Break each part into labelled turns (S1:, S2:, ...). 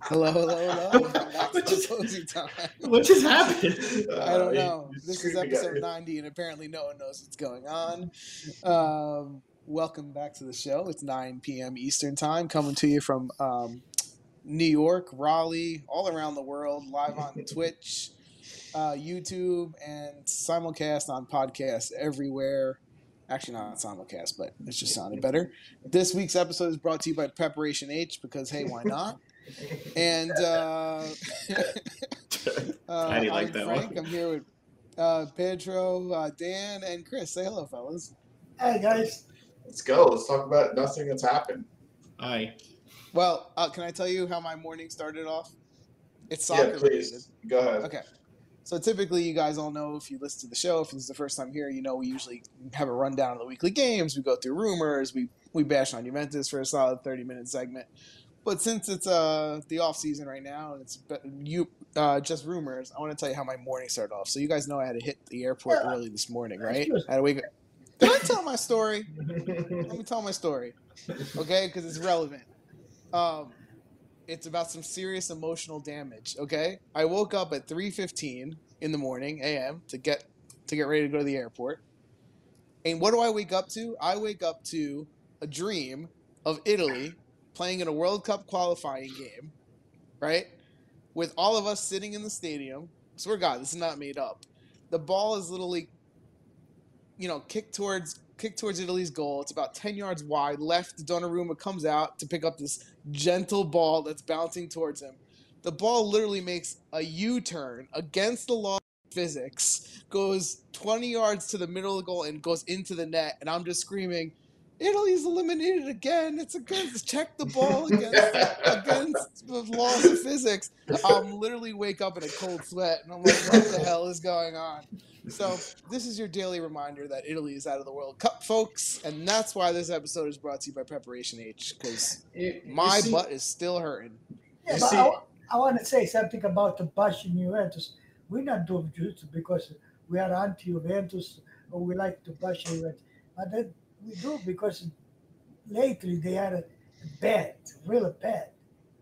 S1: Hello, hello, hello. Back to
S2: What just-
S1: cozy time.
S2: What just happened?
S1: I
S3: Oh,
S2: Uh,
S1: don't know.
S2: he's
S1: This is
S2: screaming at
S1: episode
S2: me.
S1: 90, and apparently no one knows what's going on. Um, welcome back to the show. It's 9 p.m. Eastern Time, coming to you from um, New York, Raleigh, all around the world, live on Twitch, uh, YouTube, and simulcast on podcasts everywhere. Actually, not simulcast, but it just sounded better. This week's episode is brought to you by Preparation H because, hey, why not? And uh, Uh,
S2: I didn't like
S1: I'm
S2: that
S1: Frank.
S2: one.
S1: I'm here with uh, Pedro, uh, Dan, and Chris. Say hello, fellas.
S4: Hey guys.
S2: Let's go. Let's talk about nothing that's happened.
S4: Hi.
S1: Well, uh, can I tell you how my morning started off? It's soccer
S2: yeah,
S1: related.
S2: please. Go ahead.
S1: Okay. So typically, you guys all know if you listen to the show. If this is the first time here, you know we usually have a rundown of the weekly games. We go through rumors. We we bash on Juventus for a solid thirty minute segment. But since it's uh the off season right now and it's be- you uh, just rumors, I want to tell you how my morning started off. So you guys know I had to hit the airport
S4: Yeah.
S1: early this morning,
S4: That's
S1: right?
S4: good.
S1: I had to wake up. Did I tell my story? Let me tell my story, okay? Because it's relevant. Um, it's about some serious emotional damage. Okay, I woke up at three fifteen in the morning a.m. to get to get ready to go to the airport. And what do I wake up to? I wake up to a dream of Italy playing in a World Cup qualifying game, right? With all of us sitting in the stadium. Swear to God, this is not made up. The ball is literally, you know, kicked towards kicked towards Italy's goal. It's about ten yards wide. Left Donnarumma comes out to pick up this gentle ball that's bouncing towards him. The ball literally makes a U turn against the law of physics, goes 20 yards to the middle of the goal, and goes into the net. And I'm just screaming, Italy's eliminated again. It's against, check the ball against against the laws of physics. I'm literally wake up in a cold sweat and I'm like, what the hell is going on? So this is your daily reminder that Italy is out of the World Cup, folks, and that's why this episode is brought to you by Preparation H because
S2: You- you
S1: my
S2: see-
S1: butt is still hurting.
S4: Yeah,
S2: You
S4: but
S2: see-
S4: I, want to say something about the bashing Juventus. We're not doing Juventus because we are anti Juventus or we like to bash Juventus. But that we do because lately they are bad, really bad.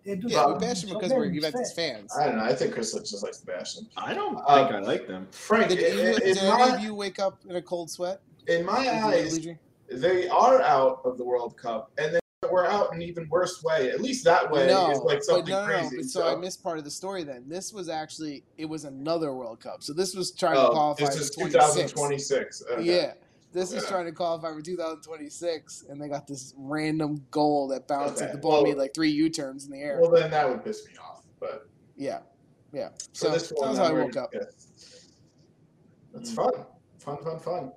S4: They do
S1: Yeah,
S4: so-
S1: we bash them
S4: so
S1: because we're
S4: many
S1: Juventus
S4: mistakes.
S1: fans.
S2: I don't know. I think Chris just likes to bash them.
S3: I don't think
S2: Uh,
S3: I like them.
S2: Frank,
S1: Did,
S2: in,
S1: you,
S2: in-
S1: did
S2: in
S1: any of
S2: my,
S1: you wake up in a cold sweat?
S2: in my
S1: Did you,
S2: eyes,
S1: Luigi?
S2: they are out of the World Cup, and then we're out in an even worse way. At least that way
S1: no,
S2: is like
S1: but
S2: something
S1: no, no, no.
S2: crazy.
S1: but So, I missed part of the story. Then this was actually it was another World Cup. So this was trying to
S2: oh,
S1: qualify
S2: this
S1: for
S2: is
S1: 2026.
S2: 2026. Okay.
S1: Yeah, this is
S2: Yeah.
S1: trying to qualify for 2026, and they got this random goal that bounced
S2: Okay,
S1: the ball
S2: well-
S1: made like three U turns in the air.
S2: Well, then that would piss me off. But
S1: yeah, yeah.
S2: for
S1: So
S2: this
S1: that
S2: one,
S1: was
S2: I'm
S1: how I
S2: ready
S1: woke
S2: to
S1: up.
S2: piss. That's fun. Fun, fun, fun.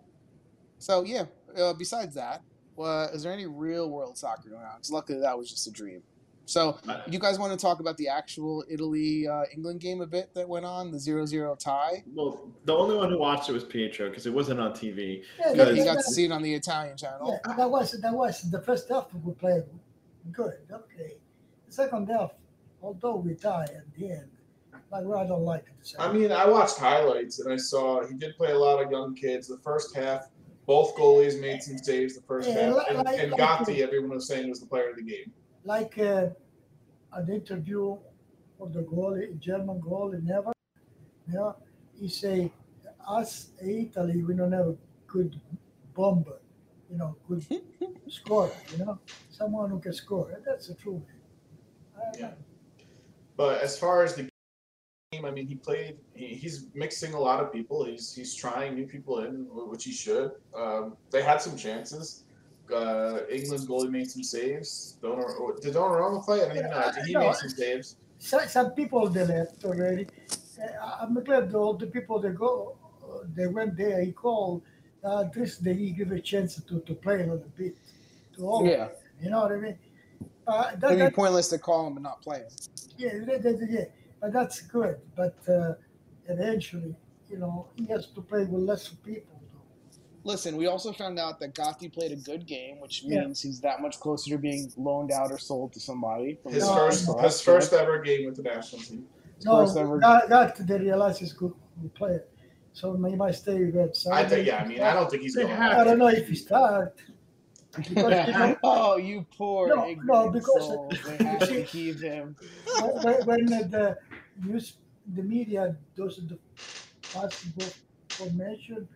S1: So yeah. Uh, besides that, uh, is there any real world soccer going on? Because luckily that was just a dream. So
S3: I-
S1: you guys want to talk about the actual Italy uh, England game a bit that went on the 0-0 tie?
S3: Well, the only one who watched it was Pietro because it wasn't on TV.
S4: Yeah,
S3: No,
S4: that,
S1: you
S3: it's-
S1: got
S4: that,
S1: to see it on the Italian channel.
S4: yeah, that was that was the first half we played good, okay. The second half, although we tied at the end, but I don't like it.
S2: I mean, I watched highlights and I saw he did play a lot of young kids. The first half, both goalies made some saves the first
S4: Yeah,
S2: half. And,
S4: like-
S2: and Gotti, everyone was saying, was the player of the game.
S4: like uh, an interview for the goalie, German goalie, never. Yeah, he say, us Italy, we don't have a good bomber, you know, good scorer, you know, someone who can score. And That's the truth. I-
S2: Yeah. But as far as the game, I mean, he played. He, he's mixing a lot of people. He's he's trying new people in, wh- which he should. Um, they had some chances. Uh, England's goalie made some saves. Donor, or- did Donnarumma play? I don't even know. He
S4: No.
S2: made some saves.
S4: So, some people they left already. Uh, I'm glad all the people that go, uh, they went there. He called. Uh, at least they he give a chance to, to play a little bit. To all, of
S1: Yeah.
S4: them, you know what I mean. Uh, that,
S1: It'd
S4: that-
S1: be pointless to call him and not play him.
S4: Yeah, that- that- yeah, but that's good. But uh, eventually, you know, he has to play with less people. Though.
S1: Listen, we also found out that Gotti played a good game, which
S4: Yeah.
S1: means he's that much closer to being loaned out or sold to somebody.
S2: His
S4: No,
S2: first
S1: From-
S2: his first ever game with the national team.
S1: His
S4: No,
S1: first ever-
S4: that, that they realize he's good player, so he might stay with.
S2: I think. Yeah. I mean, I don't think he's
S3: They
S2: going.
S3: have
S4: I don't know if he start. Because, you know,
S1: oh, you poor
S4: No, no,
S1: ignorant
S4: because-
S1: soul. They have to keep him.
S4: when, when the news, the media does the possible information,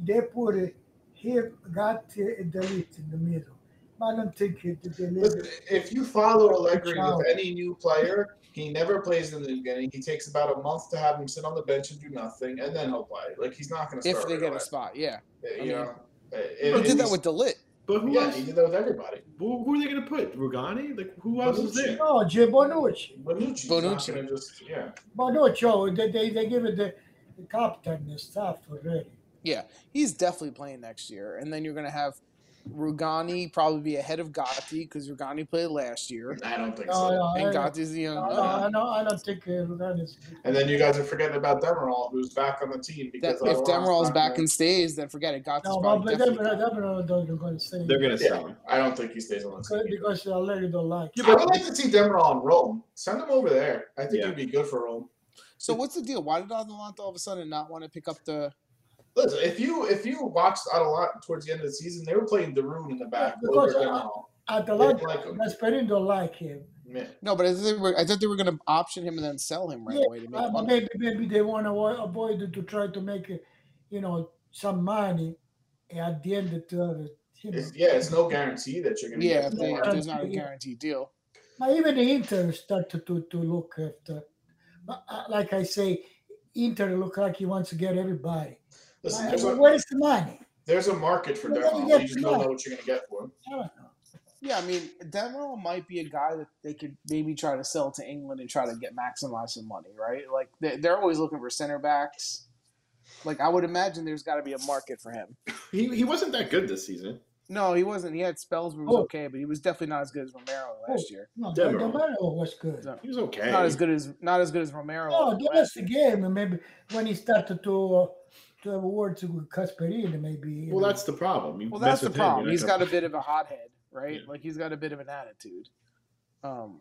S4: they put it, he got uh, delete in the middle. I don't think he
S2: Listen,
S4: deleted.
S2: if you follow Allegri with any new player, he never plays in the beginning. He takes about a month to have him sit on the bench and do nothing, and then he'll play. Like he's not going to start.
S1: If they
S2: right
S1: get
S2: away.
S1: a spot, yeah.
S2: You
S1: I mean-
S2: know,
S1: They
S2: and-
S1: did
S2: and
S1: that
S2: he's-
S1: with Delit.
S3: But who
S2: yeah,
S3: else?
S2: he did that with everybody.
S3: Who, who are they going to put? Rugani? Like who else is there?
S4: No, Jay Bonucci.
S2: Bonucci's
S1: Bonucci.
S2: Bonucci. Not gonna just, yeah.
S4: Bonucci, oh, they, they, they give it the, the captain and stuff already.
S1: Yeah, he's definitely playing next year. And then you're going to have Rugani probably be ahead of Gotti because Rugani played last year.
S2: I don't think
S4: No,
S2: so.
S4: no, I,
S1: And Gotti's the young
S4: no, no, I, don't, I don't think uh, Lugan is.
S2: And then you guys are forgetting about Demerol, who's back on the team.
S1: That,
S2: Because
S1: if
S2: Demerol's
S1: Demerol's
S2: not
S1: back
S2: gonna-
S1: and stays, then forget it. Gotti's
S4: No, but
S1: probably
S4: but
S1: definitely
S4: Deborah,
S1: gone.
S4: Deborah don't going to say
S3: They're going to
S2: Yeah.
S3: sell him.
S2: I don't think he stays on the team.
S4: because they already don't like.
S3: Yeah,
S2: I
S3: but
S2: would like to see Demerol in Rome. Send him over there. I think
S3: Yeah.
S2: it'd be good for Rome.
S1: So what's the deal? Why did Atalanta all of a sudden not want to pick up the?
S2: Listen, if you if you watched out a lot towards the end of the season, they were playing Darun in the back
S4: Yeah,
S2: over
S4: because, uh,
S2: Demerol.
S4: Atalanta,
S2: They like him.
S4: Gasperini don't like him.
S2: Man,
S1: No, but I think they were, I thought they were going to option him and then sell him right
S4: Yeah,
S1: away to make
S2: um,
S4: Uh,
S1: money.
S4: maybe maybe they want to avoid it to try to make, uh, you know, some money at the end of the you know.
S2: it's, yeah, it's no guarantee that you're gonna
S1: Yeah, if
S2: get
S1: they,
S2: more.
S1: if there's not a
S4: Yeah.
S1: guaranteed deal.
S4: But even the Inter started to, to look after. But uh, like I say, Inter look like he wants to get everybody.
S2: Listen,
S4: But
S2: there's a,
S4: where is the money?
S2: there's a market for
S4: Well, then
S2: Demerol.
S4: you
S2: You just
S4: get-
S2: don't know what you're gonna get for him.
S4: I don't know.
S1: Yeah, I mean, Demerol might be a guy that they could maybe try to sell to England and try to get maximize some money, right? Like they, they're always looking for center backs. Like I would imagine, there's got to be a market for him.
S3: He, he wasn't that good this season.
S1: No, he wasn't. He had spells where he was
S4: Oh.
S1: okay, but he was definitely not as good as Romero
S2: Oh.
S1: last year.
S4: No, the,
S3: Demerol.
S4: the money was good.
S1: No.
S3: He was okay.
S1: Not as good as not as good as Romero.
S2: Oh,
S4: No, give us
S1: last
S4: the
S1: year.
S4: game, and maybe when he started to uh, to have words with Casperini, maybe. you
S3: Well,
S4: know.
S3: that's the problem. You
S1: Well, that's
S3: mess
S1: the
S3: with him, you're
S1: problem.
S3: not
S1: He's
S3: gonna-
S1: got a bit of a hothead, right?
S3: Yeah.
S1: Like he's got a bit of an attitude. Um,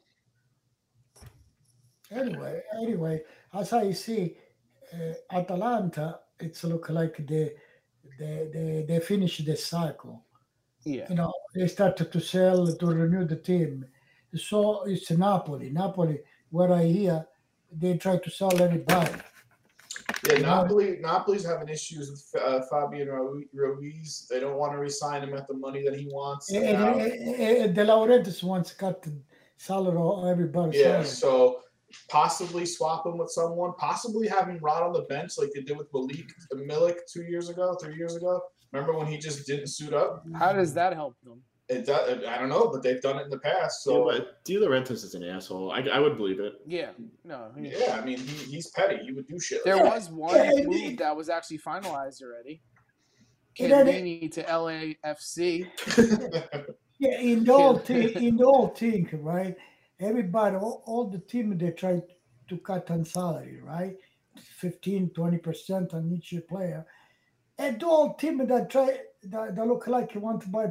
S4: Anyway, anyway, as I see, uh, Atalanta, it's look like they they they, they finish the cycle.
S1: yeah,
S4: You know, they started to sell to renew the team. So it's Napoli. Napoli, where I hear, they try to sell everybody.
S2: Yeah, Napoli, Napoli's having issues with uh, Fabian Ru- Ruiz. They don't want to re-sign him at the money that he wants.
S4: And,
S2: now.
S4: and, and- and eh, De Laurentiis wants to cut the salary of everybody.
S2: Yeah, so possibly swap him with someone, possibly having Rod on the bench like they did with Malik Milik two years ago, three years ago. Remember when he just didn't suit up?
S1: how does that help them?
S2: It does, I don't know, but they've done it in the past.
S3: Yeah,
S2: So
S3: but De Laurentiis is an asshole. I, I would believe it.
S1: Yeah, no, I mean,
S2: yeah, I mean he, he's petty. He would do shit.
S1: There
S2: like that.
S1: was one
S4: yeah, it-
S1: move that was actually finalized already.
S4: It had-
S1: Chiellini to LAFC.
S4: Yeah, in the whole
S1: Yeah.
S4: thing, in the whole thing, right? Everybody, all, all the team, they try to cut on salary, right? 15, 20% on each player. And the whole team that try, that, that look like you want to buy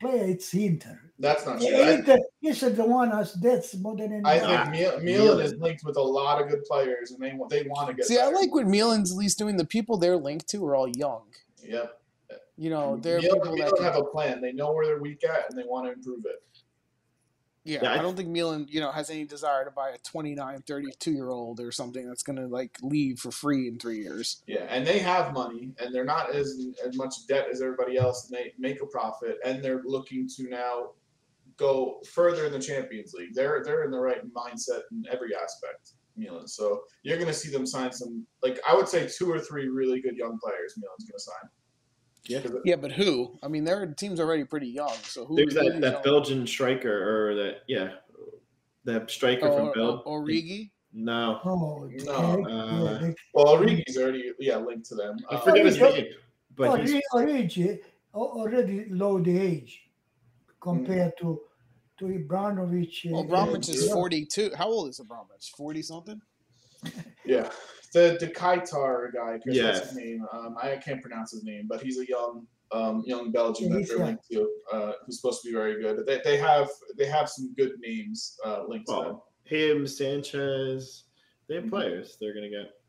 S4: player, it's Inter.
S2: That's not true. I,
S4: Inter is the one that's that's more than anyone.
S2: I think Mil- Milan
S3: Milan.
S2: is linked with a lot of good players, and they want they want to get.
S1: See, I
S2: better.
S1: like what Milan's at least doing. The people they're linked to are all young.
S2: Yeah,
S1: You know, Oh,
S4: Mm-hmm.
S1: they're
S2: Milan,
S1: people that
S2: Milan
S1: can,
S2: have a plan. They know where they're weak at, and they want to improve it.
S1: yeah,
S3: Yeah, I-
S1: I don't think Milan, you know, has any desire to buy a 29, 32 year old or something that's going to like leave for free in 3 years.
S2: Yeah, and they have money, and they're not as as much debt as everybody else, and they make a profit, and they're looking to now go further in the Champions League. They're they're in the right mindset in every aspect, Milan. So you're going to see them sign some, like I would say, two or three really good young players. Milan's going to sign.
S3: Yeah.
S2: 'Cause
S1: Yeah, but who? I mean, their team's already pretty young, so who
S3: There's
S1: who
S3: that,
S1: is
S3: that
S1: young?
S3: Belgian striker or that yeah, that striker
S1: Oh,
S3: from Bel.
S1: O- Origi?
S3: no,
S4: Oh,
S2: No,
S4: okay.
S3: uh,
S4: Yeah, they-
S2: Well, Origi's already yeah linked to them.
S3: I
S2: Uh,
S3: forget his
S4: Origi.
S3: name, but he's,
S4: Origi, Origi eh? al- already low the age compared
S3: Hmm.
S4: to to Ibranovic.
S1: Well,
S4: uh,
S1: Abramovich is
S4: yeah.
S1: 42. How old is Abramovich? 40 something?
S2: Yeah, the the Kaitar guy. 'cause
S3: Yeah.
S2: That's his name. Um, I can't pronounce his name, but he's a young um, young Belgian
S4: Yeah,
S2: that
S4: he's
S2: they're
S4: young.
S2: linked to, uh, who's supposed to be very good. They, they have they have some good names uh, linked to them.
S3: well, him Sanchez. They have
S2: Mhm.
S3: players. They're gonna get.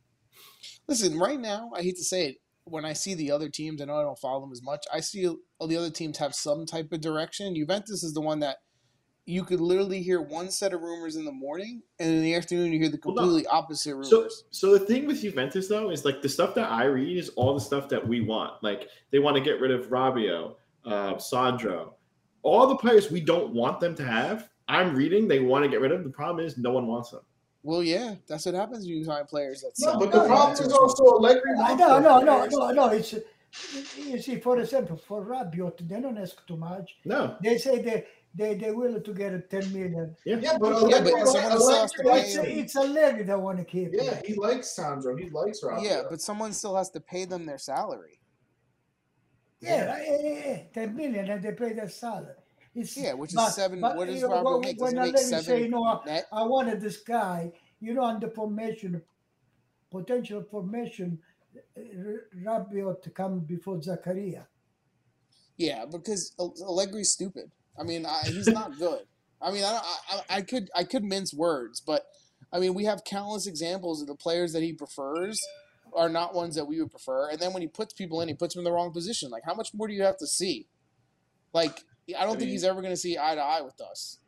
S1: Listen, right now, I hate to say it, when I see the other teams, I know I don't follow them as much. I see all the other teams have some type of direction. Juventus is the one that you could literally hear one set of rumors in the morning, and in the afternoon you hear the
S3: Hold on.
S1: completely opposite rumors.
S3: So, so the thing with Juventus though is like the stuff that I read is all the stuff that we want. Like they want to get rid of Rabio, uh, Sandro, all the players we don't want them to have. I'm reading they want to get rid of. The problem is no one wants them.
S1: well, yeah, that's what happens when you sign players that
S2: No,
S1: suck.
S2: but the problem is also Allegri.
S4: I
S2: wants
S4: no,
S2: those
S4: no, no,
S2: players.
S4: no, no. It's you see, for example, for Rabiot, they don't ask too much.
S3: No,
S4: They say they they they willing to get a ten million.
S3: yeah,
S2: Yeah, but
S1: Yeah,
S2: Allegri,
S1: but someone else has to
S2: Allegri
S4: It's,
S1: pay
S2: likes,
S4: it's a leg that want to keep. him.
S2: yeah, he likes Sandro. He likes Rob.
S1: yeah, but someone still has to pay them their salary.
S4: Yeah, eh, eh, eh, ten million, and they pay their salary. It's,
S1: Yeah, which is
S4: but-
S1: seven.
S4: but,
S1: what does
S4: you know,
S1: Robert
S4: when-
S1: make? Does
S4: When
S1: he
S4: I
S1: make
S4: let you
S1: seven
S4: say, you know, I-
S1: net?
S4: I wanted this guy, you know, under formation, potential formation, Rabiot to come before Zakaria.
S1: Yeah, because Al- Allegri's stupid. I mean, I, he's not good. I mean, I, don't- I, I I could I could mince words, but I mean, we have countless examples of the players that he prefers are not ones that we would prefer. And then when he puts people in, he puts them in the wrong position. Like, how much more do you have to see? Like, I don't
S2: I
S1: think he's ever going to see eye to eye with us.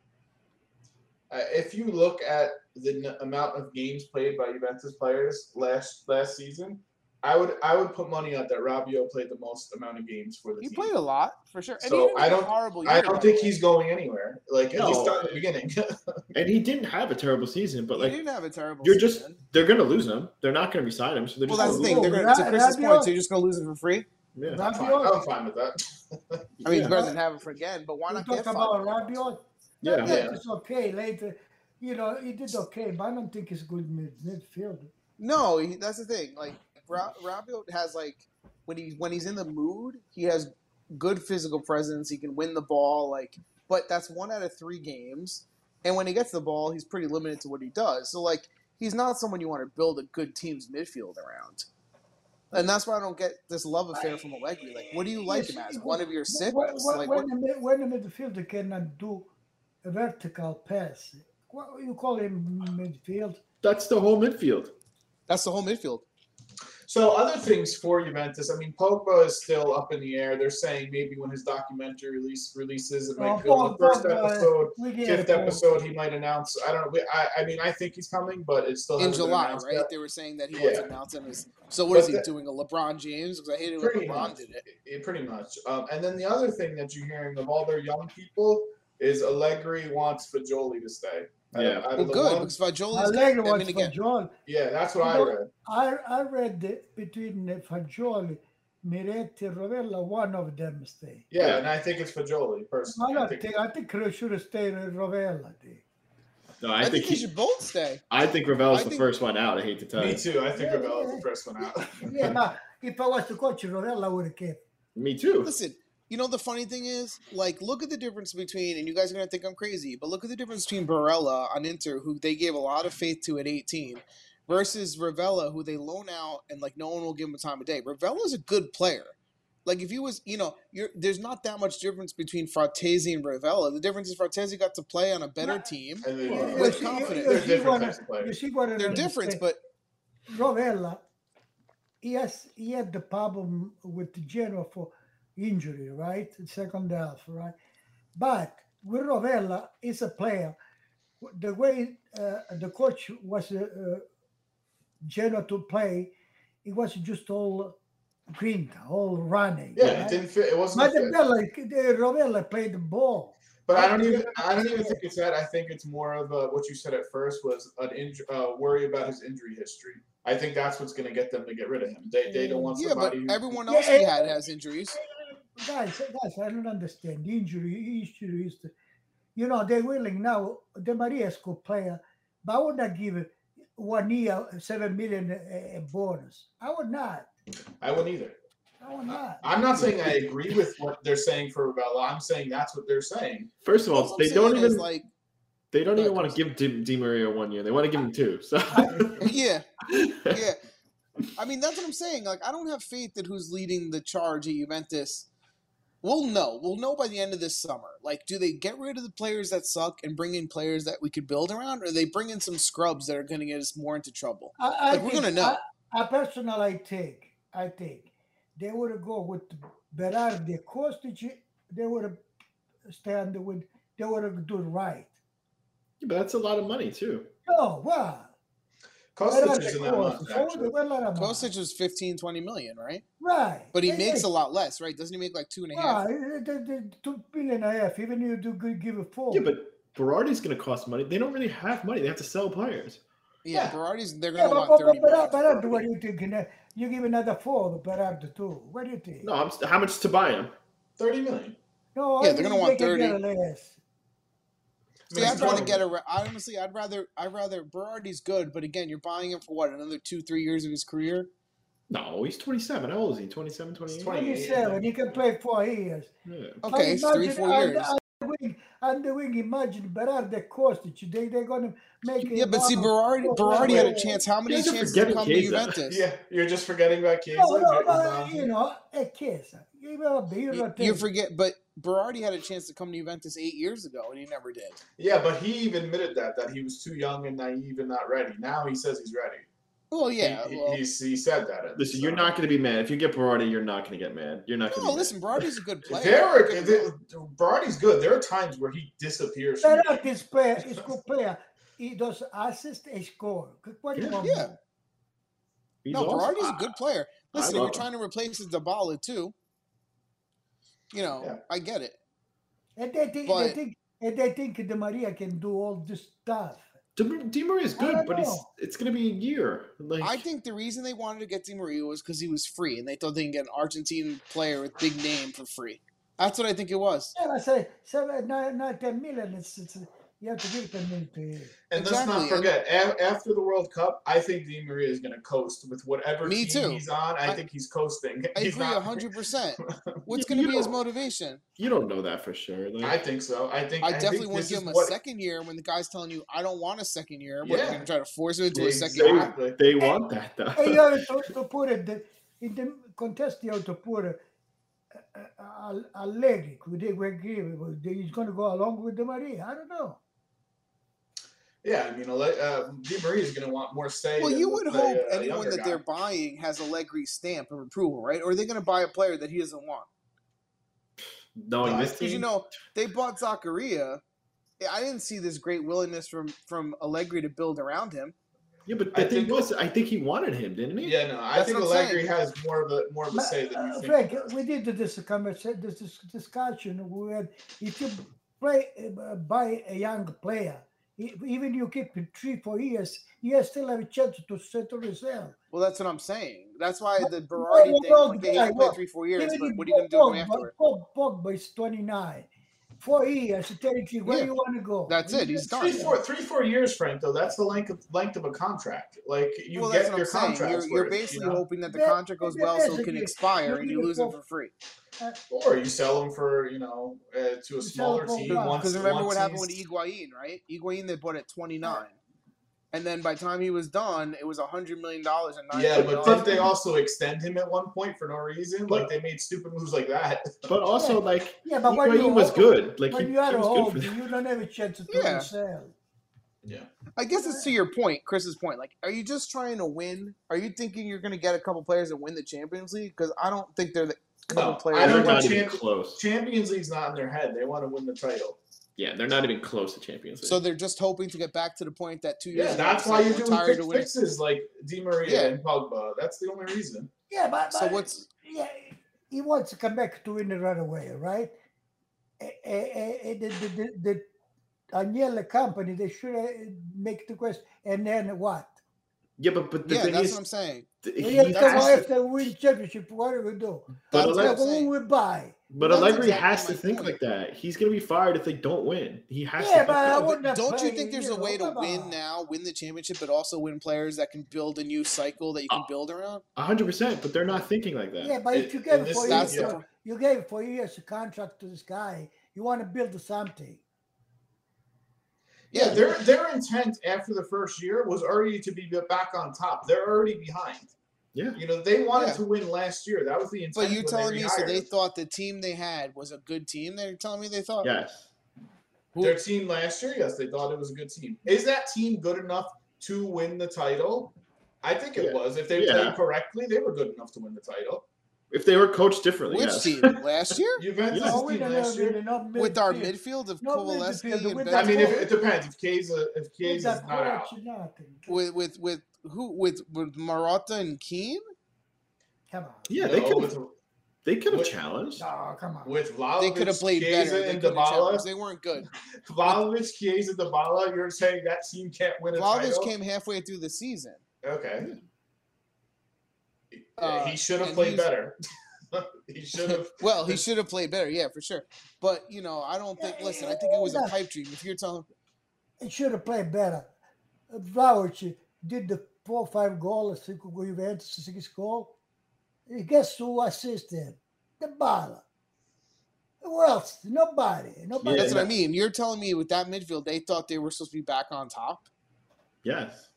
S2: Uh, if you look at the n- amount of games played by Juventus players last last season, I would I would put money on that Rabio played the most amount of games for the
S1: He
S2: team.
S1: played a lot for sure. And he
S2: So,
S1: didn't
S2: I
S1: have a
S2: don't-
S1: horrible.
S2: I
S1: year,
S2: don't
S1: by
S2: think
S1: the way.
S2: he's going anywhere. Like at least
S3: No.
S2: not in the beginning.
S3: and he didn't have a terrible season, but
S1: He
S3: like
S1: didn't have a terrible.
S3: you're just
S1: season.
S3: they're gonna lose him. They're not gonna resign him, so they're
S1: Well,
S3: just
S1: that's the
S3: gonna
S1: thing. They're
S3: lose
S1: going
S4: Ra-
S1: to to Chris's point.
S4: Rabiot-
S1: So you're just going to lose him for free.
S3: him.
S2: I'm, fine.
S4: Rabiot,
S2: I'm
S1: Oh,
S2: fine with that.
S3: Yeah.
S1: I mean,
S3: yeah.
S1: you guys can have him for again, but why
S4: we
S1: not
S4: talk
S1: get five?
S4: about Rabiot.
S3: yeah.
S2: Yeah.
S4: It's okay later. You know, he did okay, but I don't think he's good mid midfield.
S1: No, he, that's the thing. Like Ra- Rabiot has like when he when he's in the mood, he has good physical presence. He can win the ball. Like, but that's one out of three games. And when he gets the ball, he's pretty limited to what he does. So like, he's not someone you want to build a good team's midfield around. And that's why I don't get this love affair from Allegri. Like, what do you like him as? One of your six?
S4: When, when,
S1: Like, what,
S4: when, the, mid- when the midfielder cannot do a vertical pass, what you call him midfield?
S3: That's the whole midfield.
S1: that's the whole midfield.
S2: So other things for Juventus. I mean, Pogba is still up in the air. They're saying maybe when his documentary release releases, it might
S4: Oh,
S2: be on the first
S4: Pogba.
S2: episode,
S4: We get
S2: fifth
S4: it, Paul.
S2: episode. He might announce. I don't. know. We- I, I mean, I think he's coming, but it's still
S1: In
S2: hasn't been
S1: July,
S2: announced
S1: right?
S2: yet.
S1: They were saying that he wants to
S2: Yeah.
S1: announce him as. So what is
S2: But
S1: he
S2: the-
S1: doing? A LeBron James? Because I hated when
S2: Pretty
S1: LeBron
S2: much.
S1: did it.
S2: Yeah, pretty much. Um, and then the other thing that you're hearing of all their young people is Allegri wants Fajoli to stay. Out of-
S3: Yeah.
S2: out of
S1: Well,
S2: the
S1: good
S2: one-
S1: because Fajoli's
S4: Allegri
S1: I mean,
S4: was for
S1: again,
S4: John.
S2: yeah, that's what I
S4: You know-
S2: read.
S4: I, I read the, between the Fagioli, Miretti, Rovella, one of them stay.
S2: Yeah, and I think it's Fajoli personally.
S4: I
S2: I
S4: don't
S2: think-
S4: think I think Cruz should stay in Rovella. Day.
S3: No, I,
S1: I,
S3: think,
S1: think
S3: he,
S1: they should both stay.
S3: I think Ravel's
S1: I
S3: the
S1: think-
S3: first one out. I hate to tell
S2: Me
S3: you.
S2: too. I think
S4: Yeah,
S2: Ravel
S4: yeah,
S2: is the first one out.
S4: Yeah, but if I was to coach Rovella, I would have kept.
S3: Me too.
S1: Listen, you know the funny thing is, like, look at the difference between, and you guys are gonna think I'm crazy, but look at the difference between Barella on Inter, who they gave a lot of faith to at 18, versus Ravella, who they loan out and like no one will give him a time of day. Ravella's a good player. Like if he was, you know, you're, there's not that much difference between Fratesi and Ravella. The difference is Fratesi got to play on a better team.
S2: And then-
S3: Well,
S2: They're
S1: With
S4: you- you-
S1: confidence.
S4: you
S2: different
S4: see what I-
S2: types of players.
S4: You see what I
S1: They're
S4: don't
S1: different,
S4: understand?
S1: but
S4: Rovella, he has he had the problem with Genoa for injury, right? The Second half, right? But with Rovella, is a player. The way uh, the coach was uh, uh, Genoa to play, it was just all grinta, all running.
S2: Yeah, it
S4: right?
S2: didn't fit. It wasn't. a
S4: But the
S2: fit.
S4: Bella, the Rovella played the ball.
S2: But I don't even. I don't even think it's that. I think it's more of uh what you said at first was an inj- uh, worry about his injury history. I think that's what's going to get them to get rid of him. They, they don't want
S1: yeah, but
S2: somebody. who-
S1: everyone
S4: Yeah,
S1: else he
S4: and-
S1: had has injuries.
S4: guys, guys, I don't understand the injury issue is, the, you know, they're willing now. The Maria's good player, but I would not give one year seven million uh, a, a bonus. I would not.
S2: I wouldn't either.
S4: I would not.
S2: I'm not saying I agree with what they're saying for Ravella. I'm saying that's what they're saying.
S3: First of all,
S1: All I'm
S3: they don't
S1: saying is,
S3: even
S1: like, uh,
S3: they don't
S1: Go
S3: even
S1: ahead,
S3: want to give Di, Di Maria one year. They want to give him two. So
S1: yeah. yeah. I mean, that's what I'm saying. Like, I don't have faith that who's leading the charge at Juventus. We'll know. We'll know by the end of this summer. Like, do they get rid of the players that suck and bring in players that we could build around, or they bring in some scrubs that are going to get us more into trouble?
S4: I, I
S1: Like, we're
S4: think-
S1: gonna know.
S4: I, I personally, I think, I think they would have go with Berardi, Kostic. They would have stand with. They would have do right.
S3: Yeah, but that's a lot of money too.
S4: Oh wow!
S2: Kostic is in that month, actually.
S4: Uh.
S1: Kostic was 15, 20 million, right?
S4: Right.
S1: But he
S4: They
S1: makes
S4: make-
S1: a lot less, right? Doesn't he make like two and a half?
S4: Right, uh, the- the two billion and a half. Even you do good, give it four.
S3: Yeah, but Berardi's going to cost money. They don't really have money. They have to sell players.
S1: Yeah,
S2: Yeah.
S1: Berardi's they're gonna
S4: yeah, but,
S1: want
S4: but,
S1: thirty
S4: but,
S1: million.
S4: but, but, what do you think? You know, You give another four, but after two. What do you think?
S3: No, I'm st- how much to buy him?
S2: Thirty million.
S4: no
S1: Yeah,
S4: I
S1: they're gonna
S4: think
S1: want
S4: they can
S1: 30.
S4: get less.
S2: I
S1: See,
S2: mean,
S1: I'd
S2: it's
S1: want to
S2: probably-
S1: get a. I honestly, I'd rather, I'd rather Berardi's good, but again, you're buying him for what another two, three years of his career.
S3: No, he's 27. How old is he? 27, 28?
S2: He's 20.
S4: Twenty-seven. He can play four years.
S3: Yeah.
S1: Okay, it's three,
S4: Imagine
S1: four
S4: on the-
S1: years.
S4: on the wing- On the wing, imagine Berardi, Kostic. They they're gonna make. it
S1: Yeah, but see,
S4: one-
S1: Berardi,
S4: Well,
S1: Berardi had a
S4: well,
S1: chance. How many
S3: guys are
S1: chances to
S3: forgetting
S1: come to
S3: Chiesa.
S1: Juventus?
S2: Yeah, you're just forgetting about Kings.
S4: No, no, no, you know, a kiss. Give it up. You
S1: You,
S4: know,
S1: you
S4: thing.
S1: forget, but Berardi had a chance to come to Juventus eight years ago, and he never did.
S2: Yeah, but he even admitted that that he was too young and naive and not ready. Now he says he's ready.
S1: Well, yeah.
S2: he, he-
S1: well,
S2: he's, he said that.
S3: Listen,
S2: at least,
S3: you're
S2: so.
S3: not going to be mad. If you get Berardi, you're not going to get mad. You're not going to
S1: no,
S3: be
S1: listen, Berardi's a good player.
S2: There are
S1: Good-
S2: there- Berardi's good. There are times where he disappears. from
S4: But
S2: the
S4: up this player is good player. He does assist and score. What do you
S3: Yeah.
S4: want?
S1: Yeah.
S3: mad.
S1: no,
S3: Berardi's
S1: Berardi's a good player. Listen, if
S3: love
S1: you're
S3: him.
S1: trying to replace his Dybala too. You know,
S2: Yeah.
S1: I get it.
S4: And they think they
S1: But-
S4: think and they think the Maria can do all this stuff.
S3: Di Maria is
S4: I
S3: good,
S4: don't
S3: but he's
S4: know.
S3: it's going to be a year. Like,
S1: I think the reason they wanted to get Di Maria was because he was free, and they thought they can get an Argentine player with big name for free. That's what I think it was.
S4: And I say seven, nine, nine, ten million. It's, it's you have to give ten million to him.
S2: And let's
S1: Exactly,
S2: not forget, a- after the World Cup, I think Di Maria is going to coast with whatever
S1: Me
S2: team
S1: too.
S2: he's on. I,
S1: I-
S2: think he's coasting.
S1: I
S2: he's
S1: agree,
S2: not-
S1: hundred percent. What's
S3: You-
S1: going to
S3: you
S1: be his
S3: know-
S1: motivation?
S3: you don't know that for sure. Like,
S2: I think so. I think.
S1: I definitely
S2: think
S1: want
S2: this
S1: to give
S2: is
S1: him a
S2: what-
S1: second year when the guy's telling you, I don't want a second year. What, yeah.
S2: Yeah.
S1: going to try to force him into a second year?
S2: Exactly.
S3: they want that though.
S4: And you have to, to put it the, in the contest. You have to put a, a, a, a leg. Could they were give? He's going to go along with the Maria. I don't know.
S2: Yeah, I mean, Ale- uh, Di Maria is going to want more say.
S1: Well,
S2: than
S1: you
S2: let's
S1: would
S2: say,
S1: hope
S2: uh, a
S1: anyone
S2: younger
S1: that
S2: guy.
S1: they're buying has Allegri's stamp of approval, right? Or are they going to buy a player that he doesn't want?
S3: Knowing this team,
S1: Because, you know, they bought Zakaria. Yeah, I didn't see this great willingness from, from Allegri to build around him.
S3: yeah, but
S2: I
S3: the thing
S2: think-
S3: was, I think he wanted him, didn't he?
S2: Yeah, no, I
S1: That's
S2: think
S1: what I'm saying.
S2: Allegri has more of a more of a
S4: Ma-
S2: say than
S4: uh,
S2: you think.
S4: Frank, we did this conversation, uh, this dis- discussion. We had if you play uh, buy a young player, e- even you keep it three, four years, you still have a chance to settle yourself.
S1: Well, that's what I'm saying. That's why the
S4: no,
S1: Berardi thing,
S4: no,
S1: okay, he
S4: yeah,
S1: can play
S4: no.
S1: three, four years,
S4: even
S1: but
S4: if
S1: what are you going to do with him
S4: Pogba-
S1: afterward?
S4: Pog- Pogba is twenty nine, four years, thirty three. Where
S1: Yeah.
S4: you want to go?
S1: That's it. He's
S2: Three,
S1: done.
S2: four, three, four years, Frank. Though that's the length of length of a contract. Like you
S1: well, that's
S2: get
S1: what I'm
S2: your
S1: saying.
S2: contract.
S1: You're, you're basically hoping that the
S4: Yeah,
S1: contract goes well so it can
S4: basically,
S1: expire and
S4: you
S1: you lose him
S4: hope-
S1: for free.
S2: Or you sell them for, you know, uh, to a
S4: You
S2: smaller
S4: sell 'em for
S2: team.
S4: what?
S2: once-
S1: Because remember
S2: once
S1: what happened with
S2: he's-
S1: Higuain, right? Higuain they bought at 29. And then by the time he was done, it was $100 million and nine.
S2: Yeah,
S1: million
S2: but
S1: dollars.
S2: didn't they also extend him at one point for no reason? Like they made stupid moves like that.
S3: But also, like,
S4: Yeah, but when
S3: Higuain
S4: you
S3: was
S4: old-
S3: good. Like, he,
S4: When
S3: he
S4: you are
S3: was
S4: old,
S3: good for them.
S4: you don't have a chance to
S1: Yeah.
S4: sell.
S2: Yeah.
S1: I guess it's to your point, Chris's point. Like, are you just trying to win? Are you thinking you're going to get a couple players that win the Champions League? Because I don't think they're the couple
S2: No,
S1: players.
S2: I
S3: They're
S2: don't
S1: that-
S3: not
S2: want
S3: even
S2: champ-
S3: close.
S2: Champions League's not in their head. They want to win the title.
S3: Yeah, they're not even close to Champions League.
S1: so they're just hoping to get back to the point that two years
S2: Yeah,
S1: ago,
S2: that's
S1: they
S2: why
S1: said,
S2: you're
S1: "We're
S2: doing
S1: tired
S2: quick
S1: of winning."
S2: fixes like Di Maria
S1: Yeah.
S2: and Pogba. That's the only reason.
S4: Yeah, but,
S1: So
S4: but-
S1: what's
S4: yeah, he wants to come back to win it right away, right? Eh, eh, eh, eh, The, the, the, the Agnelli company, they should eh, make the question, and then what?
S3: yeah, but but the
S1: yeah,
S3: thing
S1: that's
S3: is,
S1: what I'm saying.
S3: th-
S4: We
S3: he
S4: have to
S3: has
S4: go
S3: to-
S4: after win championship. What do we do?
S1: That's what I'm
S3: But
S4: Like,
S3: Allegri-
S4: who
S1: saying.
S4: we buy?
S3: but
S1: That's
S3: Allegri
S1: exactly
S3: has to
S1: my
S3: think
S1: point.
S3: like that. He's gonna be fired if they don't win. He has
S4: Yeah,
S3: to.
S4: but I
S3: think
S4: wouldn't. have
S1: Don't you
S4: played,
S1: think there's a
S4: know,
S1: way to
S4: come
S1: win
S4: on.
S1: now, win the championship, but also win players that can build a new cycle that you
S2: Oh.
S1: can build around?
S3: hundred percent. But they're not thinking like that.
S4: Yeah, but
S2: In-
S4: if you
S2: in
S4: gave
S2: this
S4: four
S1: That's
S4: years, uh,
S1: the
S2: league, Oh, yeah.
S1: pro-
S4: you gave four years a contract to this guy. You want to build something.
S2: Yeah, their their intent after the first year was already to be back on top. They're already behind.
S3: Yeah.
S2: You know, they wanted
S1: Yeah.
S2: to win last year. That was the intent.
S1: But you're
S2: when
S1: telling
S2: they
S1: me so
S2: rehired
S1: they
S2: him.
S1: thought the team they had was a good team? They're telling me they thought
S3: Yes.
S1: Who-
S2: their team last year? Yes, they thought it was a good team. Is that team good enough to win the title? I think it
S3: Yeah.
S2: was. If they
S3: Yeah.
S2: played correctly, they were good enough to win the title.
S3: If they were coached differently,
S1: Which
S3: yes.
S1: team? Last year?
S2: Juventus
S3: Yeah.
S4: No, we
S2: team
S4: don't
S2: last
S4: have
S2: year.
S4: really not
S1: With our
S4: midfield.
S1: midfield of
S4: No,
S1: Kovalevsky
S4: midfield,
S1: and
S4: with
S1: Ben
S2: I mean, if,
S1: Cole?
S2: it depends. If Keza, if
S4: With
S2: Keza is
S4: that
S2: not out,
S4: coach, nothing.
S1: with with with who with with Marotta and Keane?
S4: Come on.
S3: Yeah, they
S2: No,
S3: could
S2: with,
S3: have they could have
S2: with-
S3: challenged.
S4: No, come on.
S2: with Vlahovic,
S1: They could have played
S2: Oh, Chiesa,
S1: better. They
S2: and
S1: could have
S2: Dybala.
S1: challenged. They weren't good.
S2: Vlahovic, Chiesa, Dybala. You're saying that team can't win a
S1: Vlahovic
S2: title?
S1: came halfway through the season.
S2: Okay.
S1: Uh,
S2: he should have
S1: and
S2: played
S1: he's-
S2: better. he should have.
S1: well, he should have played better, yeah, for sure. But you know, I don't think.
S4: Yeah,
S1: Listen, I think it was a
S4: yeah.
S1: pipe dream. If you're telling,
S4: It should have played better. Vlaovic did the four, five goal, cinco goal Juventus, six goal. E guess who assisted him? The bala. Who else? Nobody. Nobody.
S3: Yeah,
S1: that's what I
S3: no.
S1: mean. You're telling me with that midfield, they thought they were supposed to be back on top.
S3: Yes.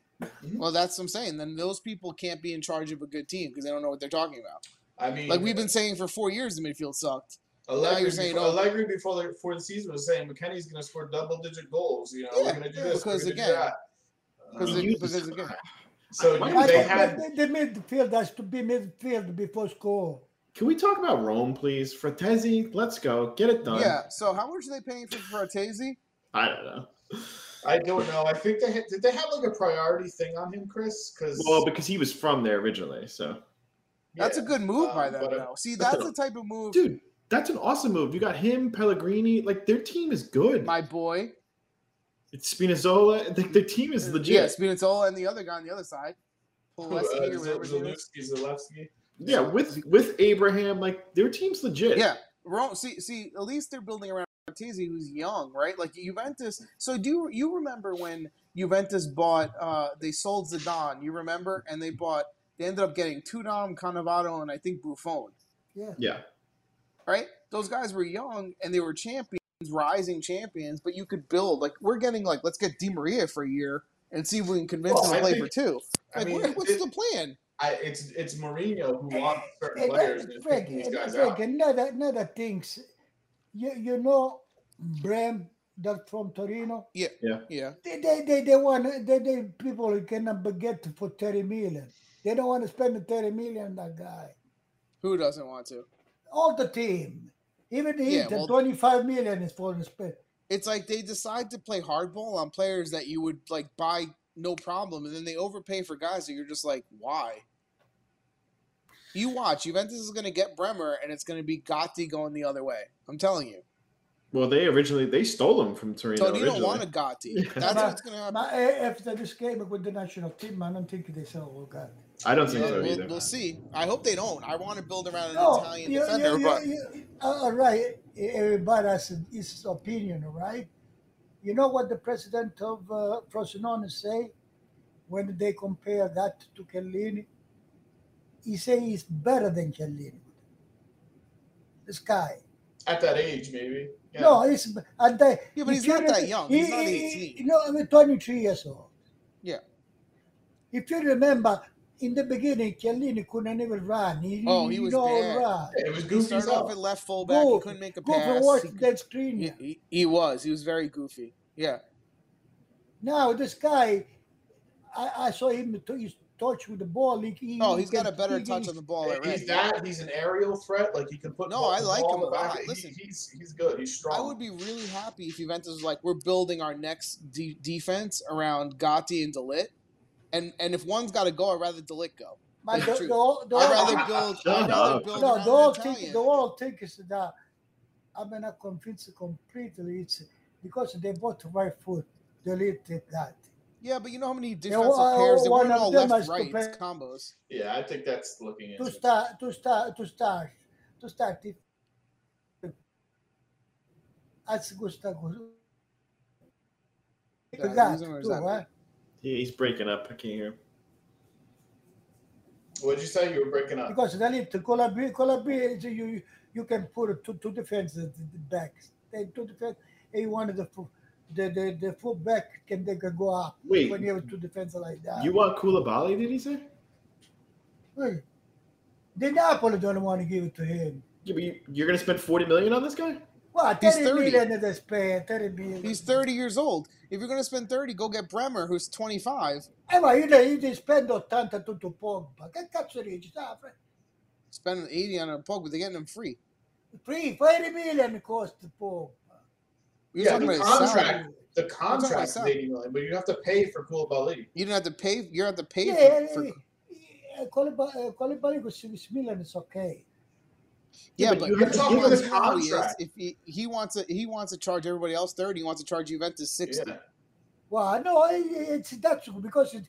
S1: Well, that's what I'm saying. Then those people can't be in charge of a good team because they don't know what they're talking about.
S2: I mean,
S1: Like we've been saying for four years, the midfield sucked. now
S2: Allegri
S1: you're
S2: before,
S1: saying, oh.
S2: Allegri before the, before the season was saying McKenny's going to score double digit goals. You know,
S1: Yeah,
S2: we're going to do
S1: yeah,
S2: this.
S1: because
S2: we're gonna
S1: again-
S2: do that.
S1: Because
S2: Um,
S1: it-
S3: Jesus
S1: because again-
S3: Christ.
S2: so
S3: I-
S2: you-
S3: I
S2: they
S3: think
S2: had
S4: the, the midfield has to be midfield before score.
S3: Can we talk about Rome, please? Fratesi, let's go. Get it done.
S1: Yeah. So how much are they paying for Fratesi?
S3: I don't know.
S2: I don't know. I think they had, did. They have like a priority thing on him, Chris. Because
S3: Well, because he was from there originally, so
S1: That's a good move by
S2: um,
S1: them,
S2: but, uh,
S1: though. See,
S3: that's
S1: that's
S3: a-
S1: the type of move,
S3: dude, that's an awesome move. You got him, Pellegrini. Like their team is good.
S1: my boy.
S3: it's Spinazzola. Like their team is legit. uh,
S1: Yeah, Spinazzola and the other guy on the other side, Pulaski or whatever his name is.
S2: uh, Zalewski, Zalewski.
S3: Yeah, with with Abraham, like their team's legit.
S1: Yeah, Rome. See, see, at least they're building around Artezi, who's young, right? Like Juventus. So do you, you remember when Juventus bought? Uh, they sold Zidane. You remember? And they bought. They ended up getting Tudor, Cannavaro, and I think Buffon.
S4: Yeah.
S3: Yeah.
S1: Right? Those guys were young and they were champions, rising champions. But you could build. Like we're getting like let's get Di Maria for a year and see if we can convince
S2: Well,
S1: him to
S2: I
S1: play
S2: think-
S1: for two.
S2: I
S1: Like
S2: mean,
S1: where- what's
S2: it-
S1: the plan?
S2: I, it's it's Mourinho who wants certain
S4: Hey,
S2: players
S4: Greg,
S2: and
S4: Greg,
S2: picking these
S4: uh,
S2: guys
S4: Greg,
S2: out.
S4: Another, another things, you you know, Bram that from Torino.
S1: Yeah.
S4: They they they, they want they, they people who cannot be get for thirty million. They don't want to spend the thirty million on that guy.
S1: Who doesn't want to? all
S4: All the team, even the
S1: Yeah,
S4: Inter,
S1: well-
S4: twenty five million is for the spend.
S1: It's like they decide to play hardball on players that you would like buy no problem, and then they overpay for guys that you're just like, why? You watch, Juventus is going to get Bremer, and it's going to be Gotti going the other way. I'm telling you,
S3: Well, they originally they stole him from Torino.
S1: Tony don't
S3: originally.
S1: want a Gotti. That's
S4: But-
S1: what's going to happen.
S4: But a- eh, after this game with the national team, I don't think they sell oh God.
S3: I don't think
S1: Yeah,
S3: so
S1: we'll,
S3: either.
S1: we'll see. I hope they don't. I want to build around an
S4: No,
S1: Italian
S4: Oh, you,
S1: defender,
S4: you,
S1: but
S4: you, you, uh, all right. Everybody has his opinion, all right? You know what the president of uh, Frosinone say when they compare that to Chiellini? He say he's better than Chiellini. This guy.
S2: At that age, maybe. Yeah.
S4: No, he's and they,
S1: yeah, but
S4: he
S1: he's not
S4: couldn't-
S1: that young.
S4: He,
S1: He's not
S4: he- he-
S1: 18.
S4: No, I mean, 23 years old.
S1: Yeah.
S4: If you remember, in the beginning, Chiellini couldn't even run. He,
S1: Oh, he
S4: didn't
S1: was
S4: know how to
S1: bad.
S4: run.
S2: it was
S1: He
S2: goofy.
S1: started off
S2: stuff.
S1: at left fullback. He
S4: Go-
S1: couldn't make a
S4: Go for
S1: pass.
S4: watch
S1: He,
S4: that screen.
S1: he- he- he was. He was very goofy. Yeah.
S4: Now this guy, I, I saw him. t- His touch with the ball. He, he-
S1: Oh,
S4: he
S1: he's got a
S4: can-
S1: better
S4: he-
S1: touch
S4: he-
S1: on the ball already.
S2: He's that. He's an aerial threat. Like he can put.
S1: No,
S2: ball-
S1: I like
S2: ball
S1: him a
S2: in the
S1: lot.
S2: basket. He-
S1: Listen.
S2: he's he's good. He's strong.
S1: I would be really happy if Juventus was like, we're building our next de- defense around Gotti and Delit, and and if one's got to go, I'd rather Delit go.
S4: But the,
S1: That's true.
S4: the, the,
S1: I'd
S4: whole-
S1: rather build.
S3: Shut
S1: I'd rather
S3: up.
S1: build
S4: no,
S1: around
S4: the
S1: an
S4: whole thing,
S1: Italian.
S4: the whole thing is that I'm not convinced completely. It's because they both right foot. Deleted that.
S1: yeah, but you know how many
S4: Yeah,
S1: defensive
S4: well, uh,
S1: pairs they
S4: one
S1: weren't
S4: of
S1: all
S4: them
S1: left
S4: is
S1: right
S4: compared-
S1: combos.
S2: yeah, I think that's looking at.
S4: To start, to start, to start, to start. If that's Gustavo.
S1: Yeah,
S4: That,
S1: he's on his
S4: too,
S1: own.
S4: huh?
S3: He- He's breaking up. I can't hear him.
S2: What'd you say? You were breaking up.
S4: Because then it Colabi, Colabi, you you can put two two defense the, the backs. They two defense. They wanted the fu- the the, the full back can they can go up
S3: Wait,
S4: when you have two defense like that.
S3: you want Koulibaly, did he say?
S4: Hey, the Napoli don't want to give it to him.
S3: Yeah, but you, you're going to spend 40 million on this guy?
S4: Well,
S1: He's
S4: 30
S1: 30.
S4: million in the span, 30 million.
S1: He's 30 years old. If you're going to spend 30, go get Bremer, who's 25.
S4: Eh, ma io, io ti spendo 80 tutto Pogba. Che cazzo dici? Ah, fra-
S1: spending 80 on a Pope, but they're getting him free.
S4: Free, 40 million cost the Pope.
S1: We were
S2: Yeah,
S1: talking
S2: the
S1: about his salary.
S2: contract. The contract is
S1: about
S2: eighty million, but you have to pay for Koulibaly.
S1: You don't have to pay. You don't have to pay
S4: Yeah, Eh,
S1: for. for
S4: Colibali with 6 million is okay.
S1: yeah,
S3: but
S1: but
S3: you
S1: you
S3: have to give
S1: know
S3: him
S1: what
S2: the
S1: the problem is
S2: contract.
S1: if he, he wants to he wants to charge everybody else thirty. He wants to charge Juventus sixty.
S2: Yeah.
S4: Well, no, i- it's that's because it,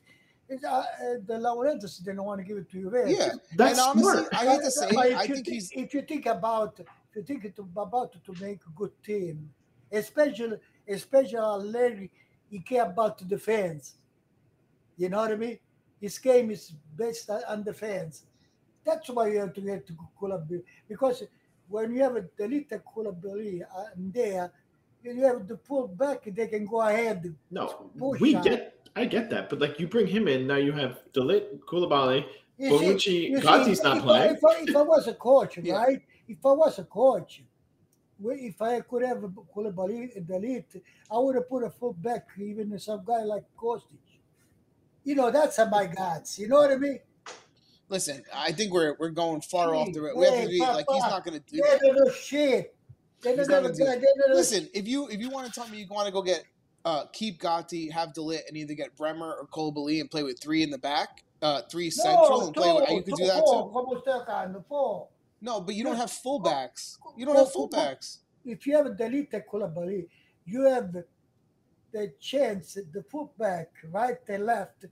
S4: it, uh, uh, the Laurentis didn't want to give it to you.
S1: Yeah,
S3: That's
S1: and honestly,
S3: smart.
S1: I hate to say, it,
S4: But if
S1: I
S4: you
S1: think
S4: thi-
S1: he's
S4: If you think about, if you think to, about to make a good team, especially especially Larry, he care about the fans. You know what I mean? His game is based on- on the fans. That's why you have to get to Koulibaly because when you have a the little Koulibaly uh, there, you have the pull back. They can go ahead.
S3: No,
S4: Bullshit.
S3: we get. I get that, but like you bring him in now, you have Dalit Koulibaly,
S4: You see-
S3: Bonucci,
S4: You see,
S3: Gotti's not
S4: if
S3: playing.
S4: I, if, I, if I was a coach,
S1: Yeah.
S4: right? If I was a coach, we- if I could have Koulibaly delete, I would have put a fullback, even some guy like Kostic. You know, that's my gods. You know what I mean?
S1: listen. I think we're we're going far off the.
S4: Hey,
S1: We have to be
S4: Papa,
S1: like he's not going to do
S4: They
S1: that.
S4: don't know shit. They
S1: He's not
S4: don't know.
S1: gonna do
S4: They
S1: it.
S4: don't know-
S1: Listen, if you if you want to tell me you want to go get uh keep Gotti, have Delit, and either get Bremer or Colbali and play with three in the back, uh three
S4: No,
S1: central, and play. With,
S4: two,
S1: you could
S4: two,
S1: do that
S4: four,
S1: too.
S4: como está acá, no, four.
S1: No, but you don't
S4: No.
S1: have fullbacks. You don't
S4: No,
S1: have
S4: fullback.
S1: fullbacks.
S4: If you have a delete Koulibaly, you have the chance, the fullback, right and left,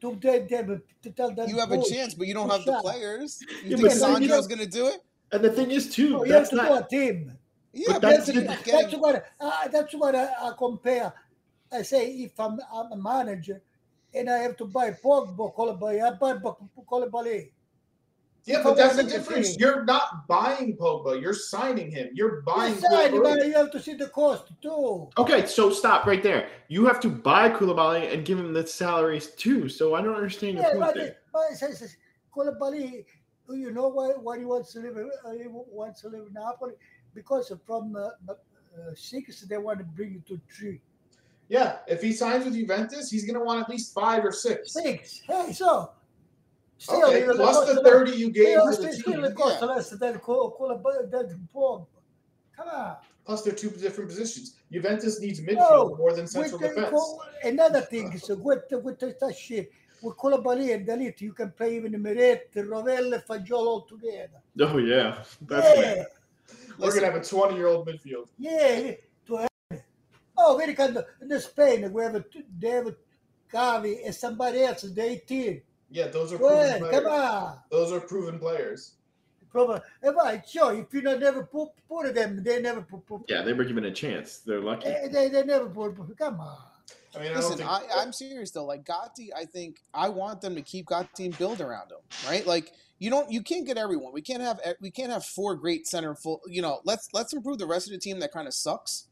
S4: to, tell them, to tell them. "Oh,
S1: You have a
S4: "Push."
S1: chance, but you don't
S4: Good
S1: have the
S4: shot.
S1: players.
S3: Yeah,
S1: You think
S3: but then you
S1: Sandro's
S3: don't-
S1: going to do it?
S3: And the thing is, too,
S1: Oh,
S4: No, oh, you have
S3: that's
S4: to
S3: not.
S4: go a team.
S1: Yeah, but
S3: that's
S1: you're
S3: the-
S1: not
S4: That's
S1: getting
S4: what I, that's what I, I compare. I say if I'm, I'm a manager and I have to buy Pogba, Colibali, I buy Bo- Colibali.
S2: Yeah, but that's the difference. You're not buying Pogba. You're signing him. You're buying.
S4: Besides,
S2: Koulibaly.
S4: man, you have to see the cost too.
S3: Okay, so stop right there. You have to buy Koulibaly and give him the salaries too. So I don't understand your
S4: Yeah,
S3: point
S4: but,
S3: there.
S4: but it says, says Colibali, you know why, why he wants to live uh, he wants to live in Napoli? Because from uh, uh, six they want to bring you to three.
S2: Yeah, if he signs with Juventus, he's going to want at least five or six.
S4: Six. Hey, so still
S2: Okay,
S4: you know,
S2: plus
S4: cost
S2: the
S4: of that-
S2: thirty you gave
S4: Yeah,
S2: to
S4: it's
S2: the
S4: it's still
S2: team.
S4: a cost less than Col- Colabella, than Pogba. Come on.
S2: Plus, they're two different positions. Juventus needs midfield
S4: No,
S2: more than
S4: With
S2: central
S4: the,
S2: defense.
S4: Col- another thing, so with, the- with the- that shit, with Colabali and Dalit, you can play even Meret, Rovella, Fagiolo all together.
S3: Oh yeah, that's
S4: Yeah,
S2: We're going to have a twenty-year-old midfield.
S4: yeah, to have it. Oh, very kind of, in Spain, we have a, t- they have a Gavi and somebody else, the 18.
S2: Yeah, those are
S4: Well,
S2: proven
S4: come
S2: players.
S4: on.
S2: Those are proven players.
S4: Probably, right, sure, if you don't never put, put them, they never put, put
S3: yeah. They were given a chance. They're lucky.
S4: they, they, they never put, put, come on.
S2: I mean, I don't
S1: Listen,
S2: think.
S1: I, I'm serious though. Like Gotti, I think I want them to keep Gotti and build around him, right? Like you don't, you can't get everyone. We can't have e, we can't have four great center full. You know, let's let's improve the rest of the team that kind of sucks,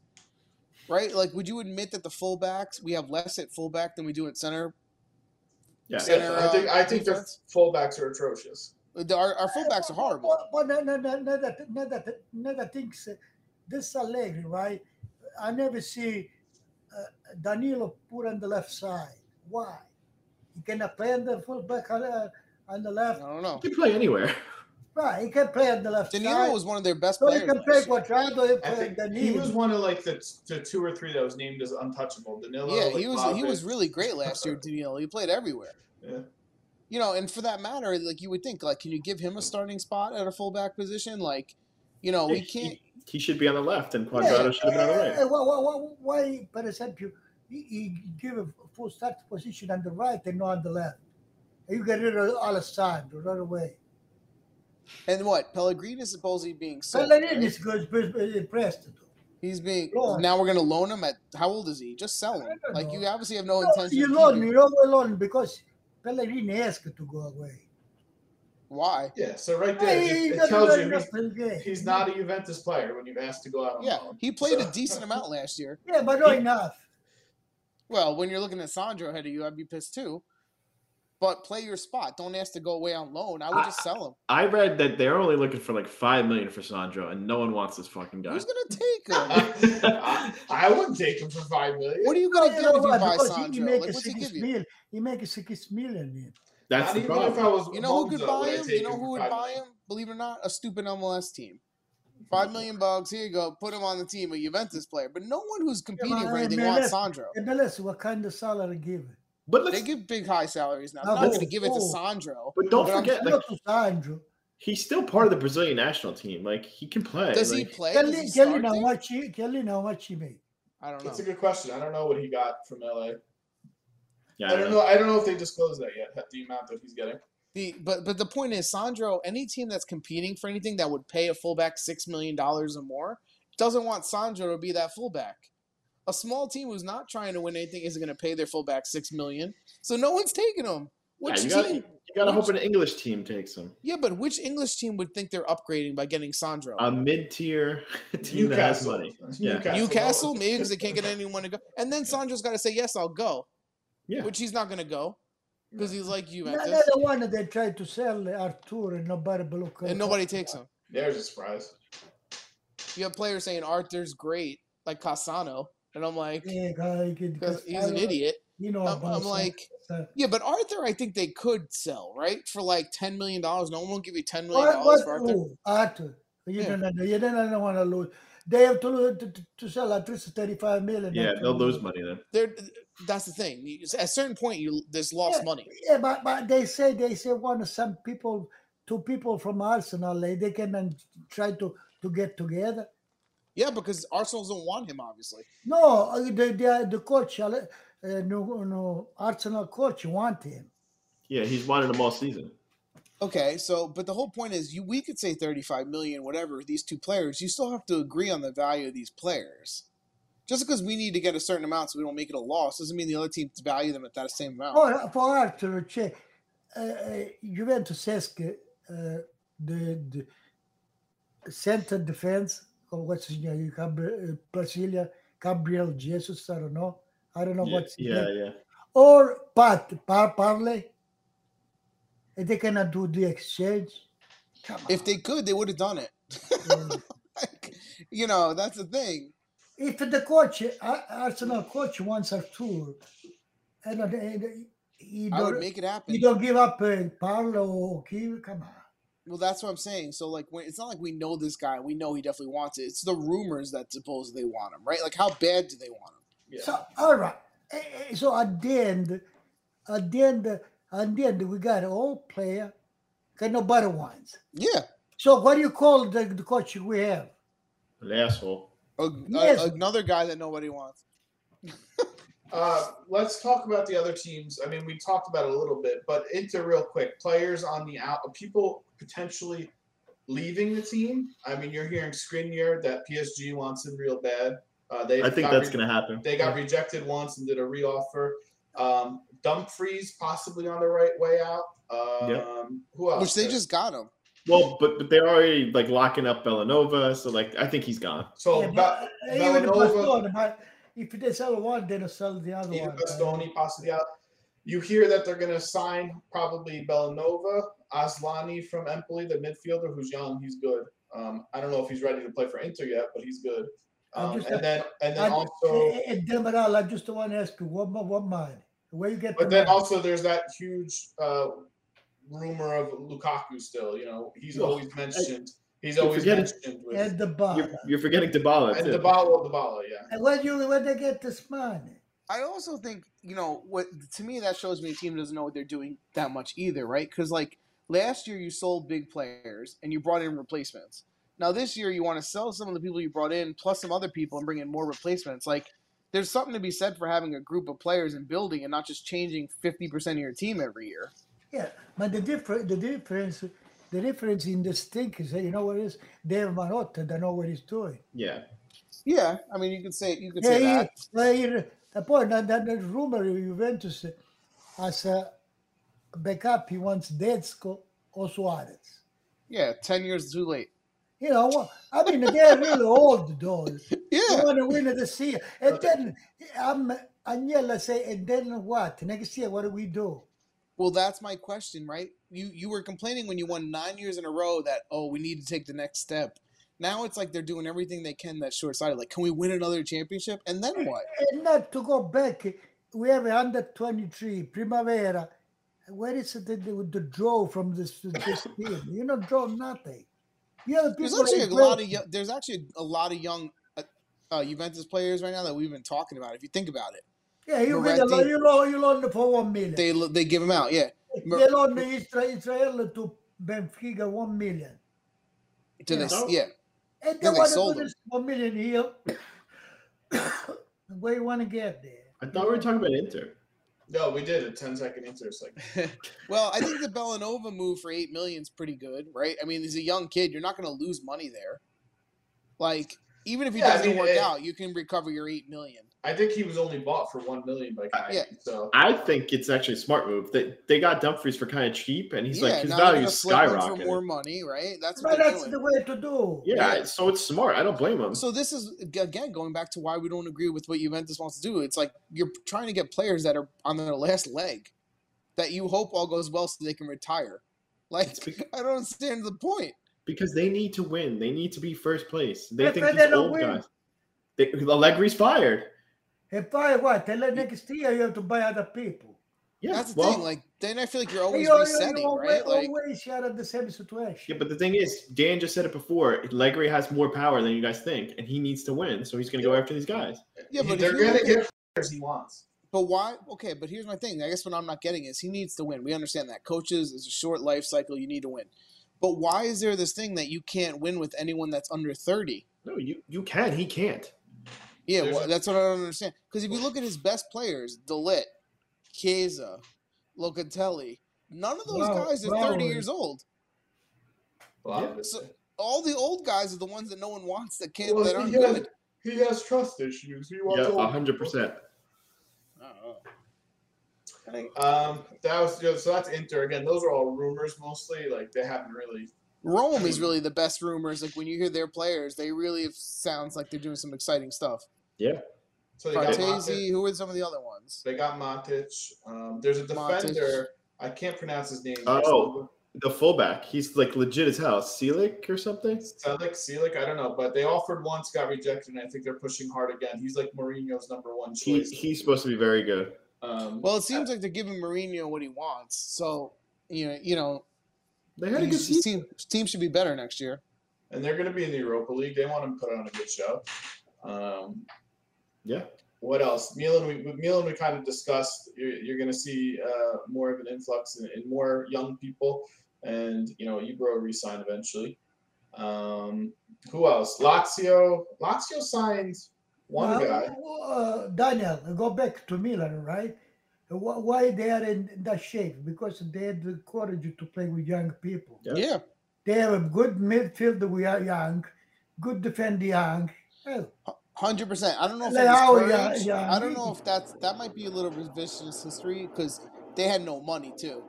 S1: right? Like, would you admit that the fullbacks we have less at fullback than we do at center?
S3: Yeah.
S2: Yeah,
S1: center,
S2: I think
S1: uh,
S2: I think their
S1: defense? Uh,
S2: fullbacks are atrocious.
S1: Our, our fullbacks are horrible.
S4: But, but no, no, no, no, that, no, that, no, that things, uh, this Allegri, right? I never see uh, Danilo put on the left side. Why? He cannot play on the fullback on, uh, on the
S1: I
S4: left.
S1: don't know.
S3: They play anywhere.
S4: Right, he can play on the left
S1: Danilo
S4: side.
S1: was one of their best
S4: so he
S1: players.
S4: can play Quadrado, he
S2: I
S4: play
S2: think he was
S4: Danilo.
S2: one of like the, the two or three that was named as untouchable. Danilo.
S1: Yeah, he was he
S2: Vlahovic.
S1: was really great last year, Danilo. He played everywhere.
S2: Yeah.
S1: You know, and for that matter, like you would think, like, can you give him a starting spot at a fullback position? Like, you know, we
S3: He-
S1: can't.
S3: He, should be on the left, and Quadrado
S1: Yeah.
S3: should have been on the right.
S4: Uh, why, why, why, why per example, he, he give a full start position on the right and not on the left? You get rid of Alessandro right away.
S1: And what Pellegrini is supposedly being
S4: So,
S1: sold.
S4: Pellegrini
S1: right?
S4: is good, but- but impressed. though.
S1: He's being
S4: Loan.
S1: now we're going to loan him at how old is he? Just sell him.
S4: don't
S1: Like
S4: know.
S1: you obviously have no
S4: No,
S1: intention.
S4: You
S1: Oh, of
S4: loan,
S1: keeping
S4: you
S1: him.
S4: know, we loan because Pellegrini asked to go away.
S1: Why?
S2: Yeah. So right there,
S4: Hey, he
S2: it, it
S4: doesn't
S2: tells
S4: run
S2: you
S4: enough
S2: he's,
S4: for the game.
S2: he's not a Juventus player when you've asked to go out. On
S1: Yeah,
S4: Oh.
S2: loan.
S1: he played a
S2: So-
S1: decent amount last year.
S4: Yeah, but not enough.
S1: Well, when you're looking at Sandro ahead of you, I'd be pissed too. But play your spot. Don't ask to go away on loan.
S4: Ah,
S1: I would just sell him.
S3: I read that they're only looking for like five million for Sandro, and no one wants this fucking guy.
S1: Who's going to take him?
S2: I, I wouldn't take him for five million.
S1: What are you
S4: No,
S1: gonna get
S4: you know
S1: if you
S4: what?
S1: buy
S4: Because he- he
S1: Sandro?
S4: make
S1: Like,
S4: a
S1: what's he
S4: six
S1: give you?
S4: million. He make a six million.
S3: That's
S2: Not
S3: the
S2: even
S3: problem.
S2: if I was
S1: You know who
S2: Monza,
S1: could
S2: would
S1: buy
S2: I
S1: him?
S2: take
S1: You know
S2: for
S1: who would
S2: five
S1: buy
S2: million?
S1: him? believe it or not, a stupid MLS team. Five million bucks. Here you go. Put him on the team, a Juventus player. But no one who's competing
S4: but
S1: for
S4: I
S1: anything
S4: mean,
S1: wants
S4: that's-
S1: Sandro.
S4: MLS, what kind of salary give?
S3: But
S1: They
S3: let's,
S1: give big high salaries now.
S4: Now,
S1: They're not going to
S4: that's-
S1: give it to
S4: oh.
S1: Sandro.
S3: but don't
S1: but I'm-
S3: forget,
S4: Go
S3: like
S4: to Sandro.
S3: he's still part of the Brazilian national team. Like he can play.
S1: Does he
S3: like,
S1: play?
S4: Tell
S1: Does he
S4: him, tell
S1: start
S4: him how
S1: there?
S4: much he, tell him how much he made.
S1: I don't know.
S2: That's a good question. I don't know what he got from LA.
S3: Yeah,
S2: I don't know. I don't know if they disclosed that yet. The amount that he's getting.
S1: The, but but the point is, Sandro. Any team that's competing for anything that would pay a fullback six million dollars or more doesn't want Sandro to be that fullback. A small team who's not trying to win anything isn't going to pay their fullback six million, so no one's taking him.
S3: Yeah,
S1: Which team?
S3: you gotta, you gotta
S1: Which-
S3: hope an English team takes him.
S1: yeah, but which English team would think they're upgrading by getting Sandro?
S3: A mid-tier team that has
S2: Newcastle.
S3: money. Yeah.
S1: Newcastle, maybe because they can't get anyone to go. And then Sandro's got to say yes, I'll go,
S3: Yeah.
S1: which he's not going to go because he's like Juventus,
S4: Another one that they tried to sell Artur and nobody look.
S1: and nobody takes him.
S2: There's a surprise.
S1: You have players saying Arthur's great, like Casano, and I'm like,
S4: Yeah, Oh, guy, he-
S1: because he's an idiot.
S4: You know,
S1: I'm, I'm
S4: about
S1: like,
S4: that.
S1: yeah, but Arthur, I think they could sell right for like ten million dollars. No one will give you ten million
S4: What,
S1: dollars
S4: what,
S1: for Arthur.
S4: oh, Arthur. You
S1: Yeah.
S4: don't know. You don't, want to lose. They have to, lo- to, to- to sell at least 35 million.
S3: Yeah,
S4: not
S3: they'll
S4: to-
S3: lose money then.
S1: There, that's the thing. You- At a certain point, you there's lost money.
S4: Yeah, but, but they say they say one of some people, two people from Arsenal, eh, they came and tried to to get together.
S1: Yeah, because Arsenal doesn't want him, obviously.
S4: No, uh, the the, the coach, uh, no, no, Arsenal coach want him.
S3: Yeah, he's wanted them all season.
S1: Okay, so but the whole point is, you we could say thirty-five million, whatever. These two players, you still have to agree on the value of these players. Just because we need to get a certain amount, so we don't make it a loss, doesn't mean the other teams value them at that same amount.
S4: For for Arthur, c'è, eh, Juventus says che eh, the, the center defense, oh, or what's his name, Gabri- eh, Brazilian, Gabriel Jesus, I don't know, I don't know
S3: Yeah,
S4: what's his
S3: yeah,
S4: name,
S3: yeah.
S4: or Pat Par Parley, and they cannot do the exchange. Come Uh,
S1: If they could, they would have done it.
S4: on.
S1: Like, you know, that's the thing.
S4: if the coach, Ar- Arsenal coach wants Artur, and, and he
S1: I would
S4: don't,
S1: make it
S4: he
S1: happen.
S4: don't give up uh, Parlo or Kiwi, come on.
S1: Well, that's what I'm saying. So, like, when, it's not like we know this guy. We know he definitely wants it. It's the rumors that supposedly want him, right? Like, how bad do they want him?
S2: Yeah.
S4: So all right. Eh, eh, So at the end, at the end, at the end, we got all player, got nobody wants.
S1: Yeah.
S4: So what do you call the, the coach we have?
S3: An asshole.
S1: A- a-
S4: Yes.
S1: another guy that nobody wants.
S2: Uh, let's talk about the other teams. I mean, we talked about it a little bit, but into real quick players on the out, people potentially leaving the team. I mean, you're hearing Skriniar that PSG wants him real bad. Uh, they
S3: I think
S2: got
S3: that's
S2: re-
S3: gonna happen.
S2: They got rejected once and did a reoffer. Um, Dumfries possibly on the right way out. Um, Who else?
S1: Which they just got him.
S3: Well, but but they're already like locking up Belanova, so like I think he's gone.
S2: so
S4: Yeah,
S2: Ba-
S4: but, eh, even the
S2: Villanova-
S4: Bastoni, but if they sell one, then they sell the other
S2: Even
S4: one.
S2: Bastoni possibly out. You hear that they're going to sign probably Bellanova, Aslani from Empoli, the midfielder who's young. He's good. Um, I don't know if he's ready to play for Inter yet, but he's good.
S4: I'm
S2: Um,
S4: just-
S2: and then and
S4: I,
S2: then also,
S4: eh, eh, Demiral, I just want to ask you one more, one mind. Where you get?
S2: but
S4: the
S2: then
S4: money?
S2: also there's that huge uh, rumor of Lukaku still. You know, he's
S3: Well,
S2: always mentioned. He's
S3: you
S2: always
S3: forget it.
S2: mentioned with
S4: at the
S1: Uh,
S4: bar.
S3: You're, you're forgetting Dybala
S2: and
S3: too.
S2: Dybala, Dybala, yeah.
S4: And where you where they get this money?
S1: I also think you know what to me that shows me a team doesn't know what they're doing that much either, right? Because like last year you sold big players and you brought in replacements. Now this year you want to sell some of the people you brought in plus some other people and bring in more replacements. Like there's something to be said for having a group of players and building and not just changing fifty percent of your team every year.
S4: Yeah, but the difference, the difference, the difference in the stink is that you know what it is. They have Marotta. They know what he's doing.
S3: Yeah.
S1: Yeah, I mean you could say you could
S4: Yeah,
S1: say
S4: he,
S1: that.
S4: yeah, he, the point that that, that rumor of Juventus as a backup, he wants Detsko or Suarez.
S1: Yeah, ten years too late.
S4: You know, what- I mean, they're really old though. They
S1: Yeah,
S4: want to win the season, and then I'm Agnella say, and then what? Next year, what do we do?
S1: Well, that's my question, right? You you were complaining when you won nine years in a row that oh we need to take the next step. Now it's like they're doing everything they can that's short sighted. Like, can we win another championship? And then what?
S4: And not to go back, we have 123 Primavera, where is it that they would draw from this, this team? You don't draw nothing. Yeah, the
S1: There's
S4: people
S1: actually a
S4: that
S1: lot
S4: play-
S1: of young, there's actually a lot of young uh, uh, Juventus players right now that we've been talking about. If you think about it,
S4: Yeah, you win a
S1: Moretti-
S4: lot. You loan, you loan for one million. They,
S1: they they give them out. Yeah, Mor-
S4: loan the Isra- Israel to Benfica one million.
S1: to
S4: Yeah.
S1: this. Yeah,
S4: And they
S1: Then they
S4: want to
S1: sold
S4: do
S1: him.
S4: this one million here. Where you want to get there?
S3: I thought we were talking about Inter.
S2: No, we did a 10 second intro second.
S1: well, I think the Bellanova move for eight million is pretty good, right? I mean, he's a young kid. You're not going to lose money there. Like, even if he
S2: Yeah, I
S1: doesn't
S2: mean,
S1: work
S2: it-
S1: out, you can recover your eight million.
S2: I think he was only bought for one million by Kai.
S1: Yeah.
S2: So
S3: I think it's actually a smart move. They, they got Dumfries for kind of cheap, and he's
S1: yeah,
S3: like his
S1: now you're
S3: value
S1: gonna
S3: is
S1: flip him for more
S3: skyrocketing.
S1: money, right? That's what
S4: But
S1: they're
S4: that's
S1: doing.
S4: the way to do.
S3: Yeah,
S1: Yeah.
S3: so it's smart. I don't blame him.
S1: So this is g- again going back to why we don't agree with what Juventus wants to do. It's like you're trying to get players that are on their last leg, that you hope all goes well so they can retire. Like
S3: It's bec-
S1: I don't understand the point.
S3: because they need to win. They need to be first place. They
S4: If
S3: think
S4: they
S3: these
S4: don't
S3: old
S4: win-
S3: guys. They, Allegri's fired.
S4: If I what? Tell them next year you have to buy other people.
S3: Yeah,
S1: That's the
S3: well,
S1: thing. Like then I feel like you're always
S4: you,
S1: resetting, right? Like
S4: always out of the same
S3: yeah,
S4: situation.
S3: but the thing is, Dan just said it before. Allegri has more power than you guys think, and he needs to win. So he's going to go after these guys.
S1: yeah, but if
S2: they're
S1: you
S2: gonna
S1: look
S2: get players he wants.
S1: But why? Okay, but here's my thing. I guess what I'm not getting is he needs to win. We understand that. Coaches is a short life cycle. You need to win. But why is there this thing that you can't win with anyone that's under 30?
S3: No, you you can. He can't.
S1: Yeah,
S2: There's
S1: well,
S2: a-
S1: that's what I don't understand. Because if you look at his best players, Delit, Chiesa, Locatelli, none of those
S4: Wow,
S1: guys are
S4: wow.
S1: 30 years old.
S2: Well,
S3: Yeah.
S2: obviously.
S1: All the old guys are the ones that no one wants that can't
S2: Well,
S1: that aren't
S2: he, has,
S1: good.
S2: he has trust issues. He wants
S3: Yeah,
S2: old
S3: hundred
S2: people.
S3: percent.
S1: I don't know.
S3: uh-huh.
S2: Um, that was good. So that's Inter again. Those are all rumors mostly. Like they haven't really.
S1: Rome is really the best rumors. Like when you hear their players, they really it sounds like they're doing some exciting stuff.
S2: So they got Matic.
S1: Bartesi, who are some of the other ones?
S2: They got Matic. Um, there's a
S1: Matic.
S2: defender. I can't pronounce his name.
S3: Oh. The fullback, he's like legit as hell. Celik or something.
S2: Selick, Selick, I don't know, but they offered once, got rejected, and I think they're pushing hard again. He's like Mourinho's number one
S3: He,
S2: choice.
S3: he's supposed to be very good.
S2: um,
S1: Well, it seems like they're giving Mourinho what he wants. So you know, you know,
S3: They had a good
S1: he's-
S3: season.
S1: his team team should be better next year.
S2: and they're going to be in the Europa League. They want him to put on a good show. Um,
S3: Yeah.
S2: what else? Milan, we with Milan we kind of discussed. You're, you're going to see uh, more of an influx in, in more young people, and you know Ebro resign eventually. Um, who else? Lazio. Lazio signed one
S4: Now,
S2: guy.
S4: uh, Daniel, go back to Milan, right? Wh- Why they are in that shape? Because they had the courage to play with young people.
S3: Yeah.
S1: Yeah.
S4: They have a good midfield. We are young, good defend young. Hell,
S1: Hundred percent. I don't know if
S4: Like,
S1: it was
S4: oh, yeah,
S1: courage.
S4: yeah,
S1: I don't
S4: me
S1: know
S4: too.
S1: if that's that might be a little revisionist history because they had no money too,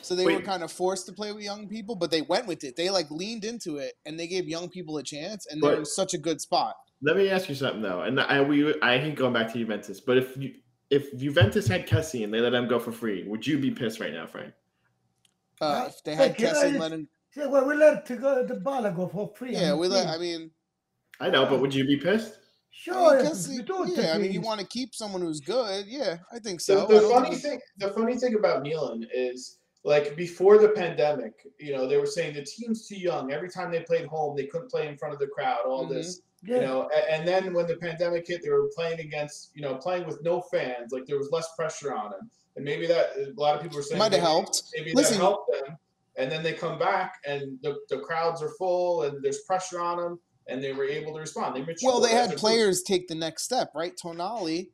S1: so they were
S3: Wait.
S1: kind of forced to play with young people. But they went with it. They like leaned into it and they gave young people a chance, and they're
S3: But-
S1: in such a good spot.
S3: Let me ask you something though, and I we I hate going back to Juventus, but if you if Juventus had Kessie and they let him go for free, would you be pissed right now, Frank?
S1: Uh,
S4: Right.
S1: if they had
S4: Like, you know,
S1: Kessie and
S4: it's-
S1: let him,
S4: say, well, we let to go the ball go for free.
S1: yeah,
S4: I'm
S1: we let.
S4: free.
S1: I mean,
S3: I know, but would you be pissed?
S1: I
S4: sure.
S1: mean,
S4: we
S1: Kessie,
S4: do
S1: yeah. I mean,
S4: take
S1: you
S4: it.
S1: want to keep someone who's good. Yeah, I think
S2: The,
S1: so. I
S2: the
S1: don't
S2: funny
S1: think-
S2: thing, the funny thing about Milan is like before the pandemic, you know, they were saying the team's too young. Every time they played home, they couldn't play in front of the crowd. All
S1: Mm-hmm.
S2: this,
S4: yeah.
S2: you know, a- and then when the pandemic hit, they were playing against, you know, playing with no fans. Like there was less pressure on them, and maybe that a lot of people were saying
S1: might have
S2: maybe-
S1: helped.
S2: Maybe
S1: Listen-
S2: that helped them. And then they come back, and the, the crowds are full, and there's pressure on them, and they were able to respond. They
S1: Well,
S2: matured
S1: they
S2: as
S1: had
S2: a group.
S1: players take the next step, right? Tonali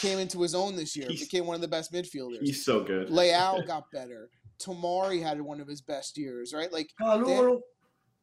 S1: came into his own this year,
S3: He's-
S1: became one of the best midfielders.
S3: He's so good.
S1: Leao got better. Tomari had one of his best years, right? Like
S4: Kalulu,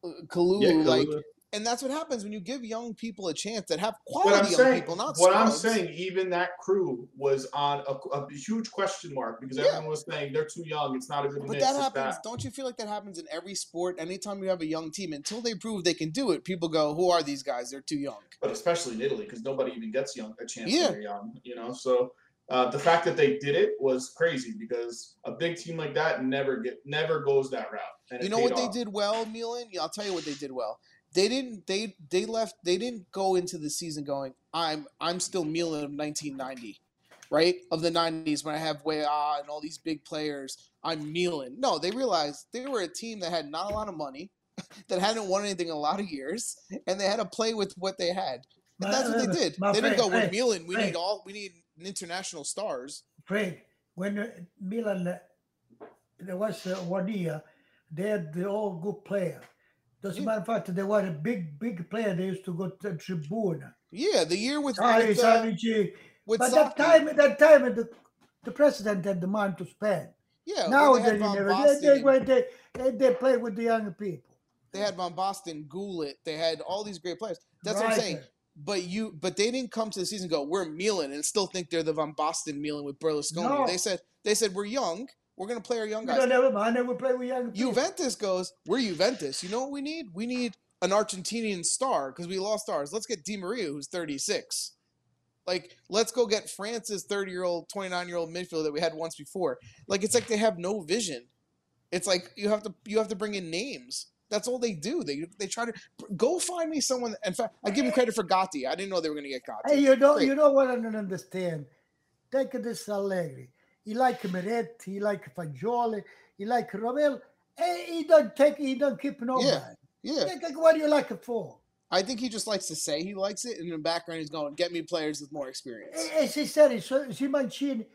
S1: uh, Kalulu,
S3: Yeah,
S1: like,
S3: Kalulu.
S1: and that's what happens when you give young people a chance that have
S2: What I'm
S1: quality young
S2: saying,
S1: people, not
S2: what I'm
S1: scrubs.
S2: saying, even that crew was on a, a huge question mark because
S1: Yeah.
S2: everyone was saying they're too young. It's not a good
S1: But
S2: mix.
S1: that
S2: it's
S1: happens.
S2: that."
S1: Don't you feel like that happens in every sport? Anytime you have a young team, until they prove they can do it, people go, "Who are these guys? They're too young."
S2: but especially in Italy because nobody even gets young a chance
S1: Yeah.
S2: when they're young. You know, so uh, the fact that they did it was crazy because a big team like that never get never goes that route. And it
S1: You know
S2: paid
S1: what they
S2: off.
S1: did well, Milan? Yeah, I'll tell you what they did well. They didn't. They they left. They didn't go into the season going, "I'm I'm still Milan of 1990." right, of the 90s when I have Wea and all these big players. I'm kneeling. No, they realized they were a team that had not a lot of money, that hadn't won anything in a lot of years, and they had to play with what they had. And that's what
S4: Uh,
S1: they did. They didn't go, we're Milan. We need
S4: Frank.
S1: all, we need international stars.
S4: Craig, when uh, Milan, uh, there was uh, one year, they had the all good player. Doesn't
S1: Yeah.
S4: matter fact, they were a big, big player. They used to go to Tribune.
S1: Yeah, the year with,
S4: Sorry,
S1: with, uh,
S4: sorry, G.
S1: with
S4: But
S1: Saki.
S4: that time, that time, the, the president had the money to spend.
S1: yeah,
S4: now
S1: when Oh, they
S4: they,
S1: had
S4: didn't
S1: Van
S4: have it.
S1: Basten
S4: they, they,
S1: and-
S4: went- they, they, they play with the young people.
S1: They had Von Boston, Goulet. They had all these great players. That's what I'm saying.
S4: Riker.
S1: But you, but they didn't come to the season and go, we're Milan, and still think they're the Von Boston Milan with Berlusconi.
S4: No.
S1: They said, they said we're young. We're gonna play our young
S4: We
S1: guys.
S4: don't have money. We play with young people.
S1: Juventus goes, we're Juventus. You know what we need? We need an Argentinian star because we lost ours. Let's get Di Maria, who's 36. Like, let's go get France's 30 year old, 29 year old midfielder that we had once before. Like, it's like they have no vision. It's like you have to you have to bring in names. That's all they do. They they try to go find me someone. In fact, I give them credit for Gatti. I didn't know they were going to get Gatti.
S4: Hey, you know,
S1: Great.
S4: you know what I don't understand. Take this Allegri. He like Meret, he like Fagioli, he like Romel. Hey, he don't take, he don't keep nobody.
S1: Yeah,
S4: Like, like, what do you like it for?
S1: I think he just likes to say he likes it, and in the background he's going, "Get me players with more experience."
S4: Eh, As he said, so see Mancini,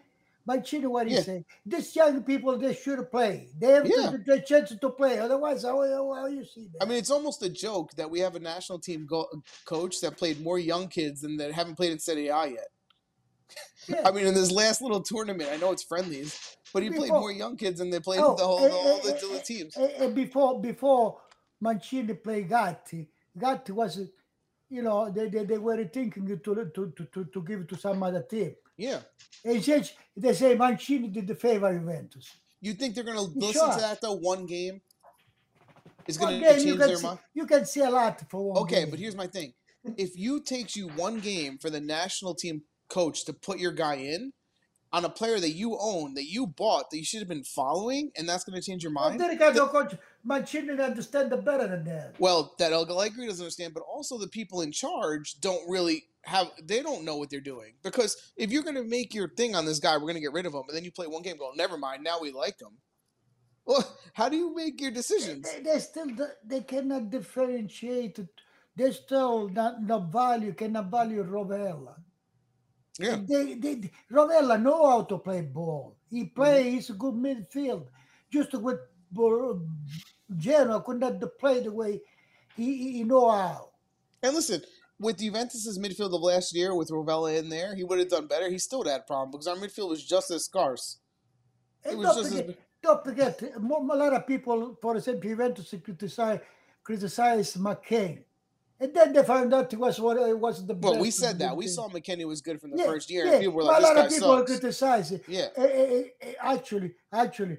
S4: Mancini, what he
S1: Yeah.
S4: say? These young people, they should play. They have
S1: Yeah.
S4: the, the chance to play. Otherwise, how, how, how you see that?
S1: I mean, it's almost a joke that we have a national team go- coach that played more young kids than that haven't played in Serie A yet.
S4: Yeah.
S1: I mean, in this last little tournament, I know it's friendlies, but he played
S4: Before-
S1: more young kids than they played
S4: Oh,
S1: the whole
S4: eh,
S1: the, all the,
S4: eh,
S1: the
S4: eh,
S1: teams.
S4: And, and before before Mancini played Gatti, Gatti was, you know, they, they, they were thinking to, to, to, to, to give to some other team.
S1: Yeah,
S4: And since they say Mancini did the favor Juventus.
S1: you think they're gonna
S4: You
S1: listen
S4: sure?
S1: to that though? One game is gonna
S4: One game, you,
S1: change
S4: Oh, can
S1: their
S4: see,
S1: mind.
S4: you can see a lot for one
S1: Okay,
S4: game.
S1: but here's my thing: if you takes you one game for the national team coach to put your guy in on a player that you own, that you bought, that you should have been following, and that's gonna change your
S4: Well,
S1: mind.
S4: there you go, no coach. Mancini understand it better than that.
S1: Well, that El Allegri doesn't understand, but also the people in charge don't really have. They don't know what they're doing because if you're going to make your thing on this guy, we're going to get rid of him, and then you play one game, go, never mind, now we like him. Well, how do you make your decisions?
S4: They, they still do- they cannot differentiate. it. They still not, not value cannot value Rovella.
S1: Yeah.
S4: They, they Rovella know how to play ball. He
S1: Mm-hmm.
S4: play. He's a good midfield. Just with Bor- Genoa could not play the way he, he- he know how.
S1: And listen, with Juventus's midfield of last year, with Rovella in there, he would have done better. He still had a problem because our midfield was just as scarce. It
S4: And
S1: was
S4: don't
S1: just as-
S4: forget, don't forget, mo- a lot of people, for example, Juventus criticize criticize McCain, and then they found out it was what it was the.
S1: But we
S4: best
S1: said that. We
S4: midfield.
S1: saw McKinney was good from the
S4: Yeah,
S1: first year,
S4: yeah,
S1: and people were like,
S4: but a lot of
S1: this
S4: people
S1: guy sucks.
S4: criticize it.
S1: Yeah.
S4: Eh, eh, eh, eh, actually, actually,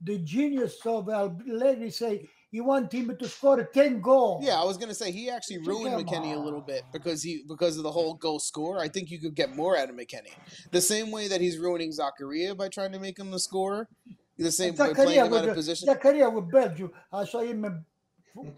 S4: the genius of Allegri say he want him to score ten goals.
S1: Yeah, I was gonna say he actually ruined
S4: Come
S1: McKenny a little bit because he because of the whole goal scorer. I think you could get more out of McKenny. The same way that he's ruining Zakaria by trying to make him the scorer. The same by playing him
S4: with
S1: out of
S4: the-
S1: position.
S4: Zakaria with Belgium. I saw him eh, f-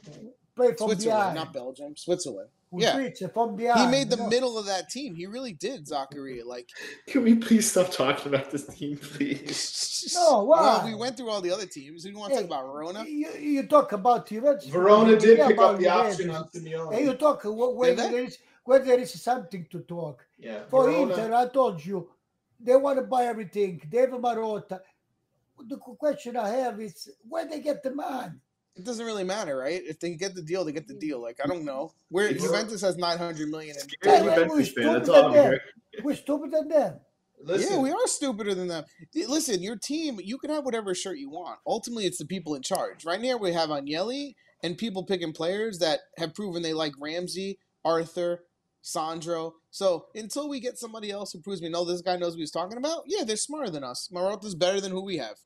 S4: play from
S1: Switzerland,
S4: behind.
S1: not Belgium, Switzerland.
S4: with
S1: yeah.
S4: Fritz, from
S1: He
S4: behind,
S1: made the
S4: you know.
S1: middle of that team. He really did, Zakaria. Like
S3: Can we please stop talking about this team, please?
S4: No,
S1: well,
S4: why?
S1: we went through all the other teams. We want to
S4: Hey,
S1: talk about Verona.
S4: You, you talk about Juventus.
S2: Verona did
S4: yeah,
S2: pick up
S4: about
S2: the option on
S4: Juventus.
S2: Simeone.
S4: And you talk wh- where
S1: they?
S4: there is where there is something to talk.
S2: yeah,
S4: For
S2: Verona-
S4: Inter, I told you, they want to buy everything. They have Marotta. The qu- question I have is where they get the man?
S1: It doesn't really matter, right? If they get the deal, they get the deal. Like I don't know. Where
S2: It's-
S1: Juventus has nine hundred million. In
S3: You're a
S4: Yeah, we're
S3: Juventus fan, that's
S4: stupid
S3: all I'm
S4: at
S3: hearing.
S4: We're stupid than them.
S2: Listen,
S1: yeah, we are stupider than them. Y- Listen, your team, you can have whatever shirt you want. Ultimately, it's the people in charge. Right now, we have Agnelli and people picking players that have proven they like Ramsey, Arthur, Sandro. So until we get somebody else who proves me, no, this guy knows what he's talking about, yeah, they're smarter than us. Marotta's better than who we have.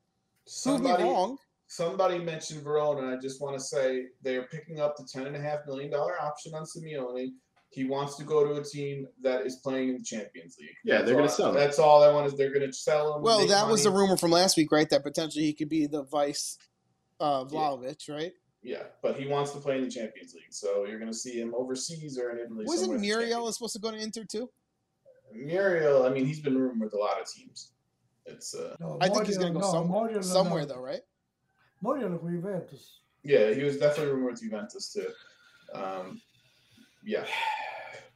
S1: Prove me
S2: somebody,
S1: wrong.
S2: somebody mentioned Verona. and I just want to say they are picking up the ten and a half million dollar option on Simeone. He wants to go to a team that is playing in the Champions League.
S3: Yeah, they're gonna
S2: That's all-
S3: sell him.
S2: That's all I want is they're gonna sell him.
S1: Well,
S2: make
S1: that was the
S2: money.
S1: rumor from last week, right? That potentially he could be the vice uh, Vlaovic, right?
S2: Yeah, but he wants to play in the Champions League, so you're gonna see him overseas or in Italy.
S1: Wasn't
S2: somewhere in the
S1: Muriel
S2: Champions-
S1: supposed to go to Inter too?
S2: Muriel, I mean, he's been rumored with a lot of teams. It's uh,
S4: No,
S1: I think he's
S4: Moriel,
S1: gonna go
S4: no,
S1: somewhere.
S4: Moriel,
S1: somewhere
S4: no.
S1: though, right?
S4: Moriel with Juventus.
S2: yeah, he was definitely rumored with Juventus too. Um, yeah.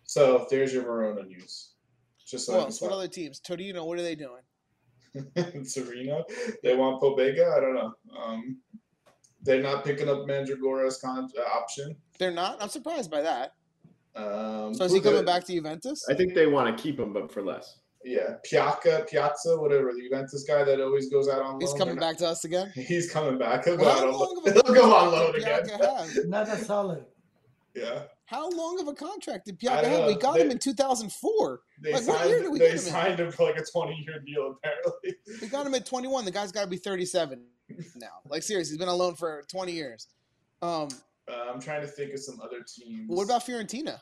S2: So there's your Verona news. Just
S1: Who
S2: so I can
S1: else? What
S2: stop.
S1: other teams? Torino. What are they doing?
S2: Torino, they want Pobega. I don't know. Um, they're not picking up Mandragora's con- uh, option.
S1: They're not. I'm surprised by that.
S2: Um,
S1: So is he
S2: who the-
S1: coming back to Juventus?
S3: I think they want to keep him, but for less.
S2: Yeah, Piazza, Piazza, whatever the Juventus guy that always goes out on loan.
S1: He's
S2: They're
S1: coming
S2: not-
S1: back to us again.
S2: He's coming back. He'll go,
S1: Well,
S2: out
S1: how
S2: on,
S1: long
S2: loan.
S1: of a
S2: He'll go on
S1: contract
S2: loan
S1: did
S2: again.
S1: Piazza have?
S4: Not a salary.
S2: Yeah,
S1: How long of a contract did
S2: I
S1: Piazza
S2: don't
S1: have? We
S2: know.
S1: got him
S2: They-
S1: in 2004.
S2: they
S1: Like, what year did
S2: signed
S1: we
S2: they
S1: get him in?
S2: signed him for like a twenty year deal apparently.
S1: We got him at 21. The guy's got to be 37 now. Like seriously, he's been on loan for 20 years. Um,
S2: Uh, I'm trying to think of some other teams.
S1: what about Fiorentina?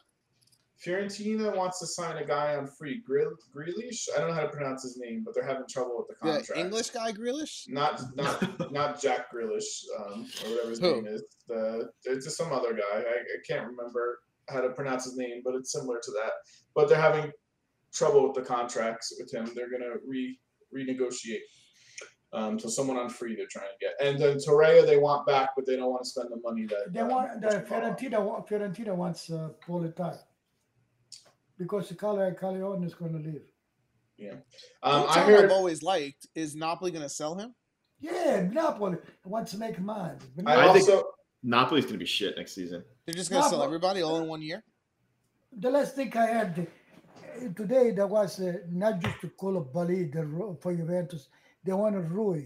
S2: Fiorentina wants to sign a guy on free Grill Grealish? I don't know how to pronounce his name, but they're having trouble with the
S1: The
S2: contract.
S1: English guy, Grealish.
S2: Not not not Jack Grealish, um, or whatever his
S1: Who?
S2: name is. The it's just some other guy. I, I can't remember how to pronounce his name, but it's similar to that. But they're having trouble with the contracts with him. They're gonna re renegotiate. Um, so someone on free they're trying to get, and then Torreira they want back, but they don't want to spend the money that
S4: They
S2: uh,
S4: want the
S2: Mr. Paolo.
S4: Fiorentina. wa- Fiorentina wants uh, Politano because Cali Calion is going to leave.
S2: Um,
S1: One
S2: I
S1: team
S2: heard
S1: I've always liked is Napoli going to sell him?
S4: Yeah, Napoli wants to make mine. But
S2: I
S3: I
S2: also
S3: think- Napoli's going to be shit next season.
S1: They're just going to sell
S4: Napoli-
S1: everybody all in one year.
S4: the last thing I had uh, today there was uh, not just to call up Bali the, Ru- for Juventus. They want a Rui.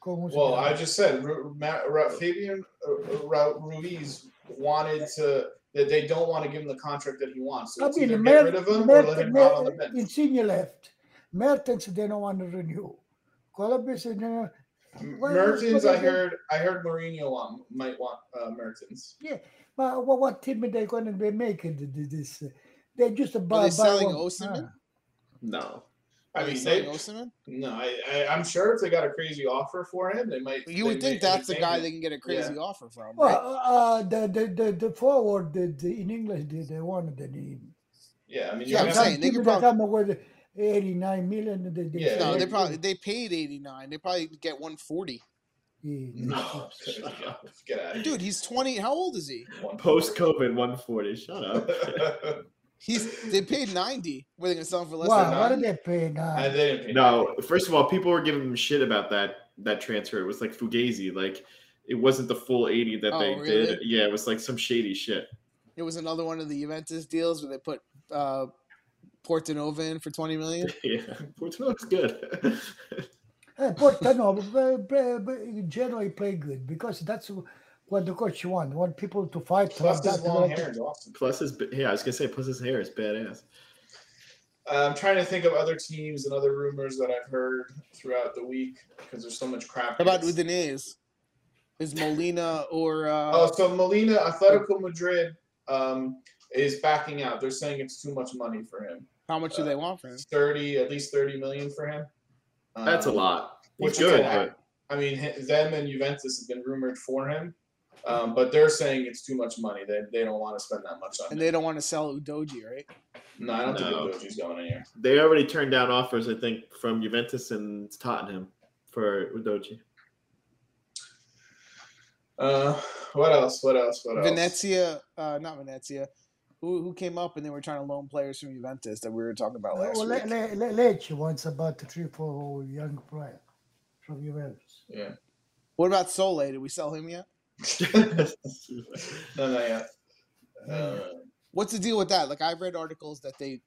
S4: Como se
S2: well,
S4: llama.
S2: I just said Ru- Ma- Ra- Fabian uh, Ra- Ruiz wanted to that they don't want to give him the contract that he wants. So
S4: I
S2: it's either
S4: mean,
S2: get
S4: Mer-
S2: rid of him or let
S4: Mer-
S2: him rot on the
S4: Mer-
S2: bench.
S4: Insigne left. Mertens, they don't want to renew. Columbus, they don't- where-
S2: Mertens,
S4: where-
S2: I heard, I heard Mourinho want, might want uh, Mertens.
S4: but what, what team are they going to be making th- th- this? uh, They're just a buy,
S1: they
S4: buy
S1: selling
S4: one-
S1: Osimhen?
S4: Ah,
S3: No.
S2: I
S1: Are
S2: mean,
S1: selling
S2: they,
S1: Osimhen?
S2: no, I, I, I'm sure if they got a crazy offer for him, they might.
S1: You
S2: they
S1: would think
S2: may
S1: that's the
S2: entertain
S1: guy
S2: him.
S1: they can get a crazy offer from.
S4: Well,
S1: right?
S4: uh, the, the, the, the forward the, the, in English, they, they wanted the name.
S2: Yeah, I mean,
S1: Yeah,
S2: you're
S1: I'm
S2: gonna-
S1: saying- they could probably-
S4: come up with 89 million. They, they
S2: Yeah,
S1: No, they
S2: they're-
S1: probably they paid 89. They probably get 140.
S4: Yeah.
S2: No, get out of here.
S1: Dude, he's 20. How old is he?
S2: One
S3: Post COVID 140. Shut up.
S1: He's they paid 90. Were they going to sell him for less than
S4: Wow,
S1: Eh,
S4: what
S1: that?
S4: are they paying? Uh,
S2: I didn't. pay
S3: No, first of all, people were giving him shit about that that transfer. It was like Fugazi, like it wasn't the full 80 that
S1: Oh,
S3: they
S1: really?
S3: did. Yeah, it was like some shady shit.
S1: It was another one of the Juventus deals where they put uh, Portanova in for 20 million.
S3: Yeah. Portillo's good.
S4: Eh, Portanova, Genoa play good because that's what the coach want. Want people to fight.
S2: Plus,
S4: like
S2: his
S4: that,
S2: long
S4: like-
S2: hair is awesome.
S3: plus his ba- yeah, I was gonna say plus his hair is badass.
S2: Uh, I'm trying to think of other teams and other rumors that I've heard throughout the week because there's so much crap.
S1: How about Udinese? Is Molina or uh,
S2: Oh, so Molina, Atletico Madrid um, is backing out. They're saying it's too much money for him.
S1: how much do they want for him?
S2: It's thirty, at least thirty million for him. Um,
S3: That's a lot.
S2: which
S3: It's
S2: is
S3: good,
S2: a lot.
S3: but
S2: I mean, h- them and Juventus have been rumored for him, um, but they're saying it's too much money. They, they don't want to spend that much on
S1: And
S2: him.
S1: they don't want to sell Udoji, right?
S2: No, I don't
S3: No.
S2: think Udoji's going anywhere.
S3: they already turned down offers, I think, from Juventus and Tottenham for Udoji.
S2: Uh, what else? What else? What else?
S1: Venezia, uh, not Venezia. Who, who came up and they were trying to loan players from Juventus that we were talking
S2: Oh,
S1: about last
S4: Well,
S1: week?
S4: Le- Le- Le- Lecce wants about three, four young player from Juventus.
S2: Yeah.
S1: What about Sole? Did we sell him yet?
S2: No, not yet. Uh,
S1: What's the deal with that? Like I've read articles that they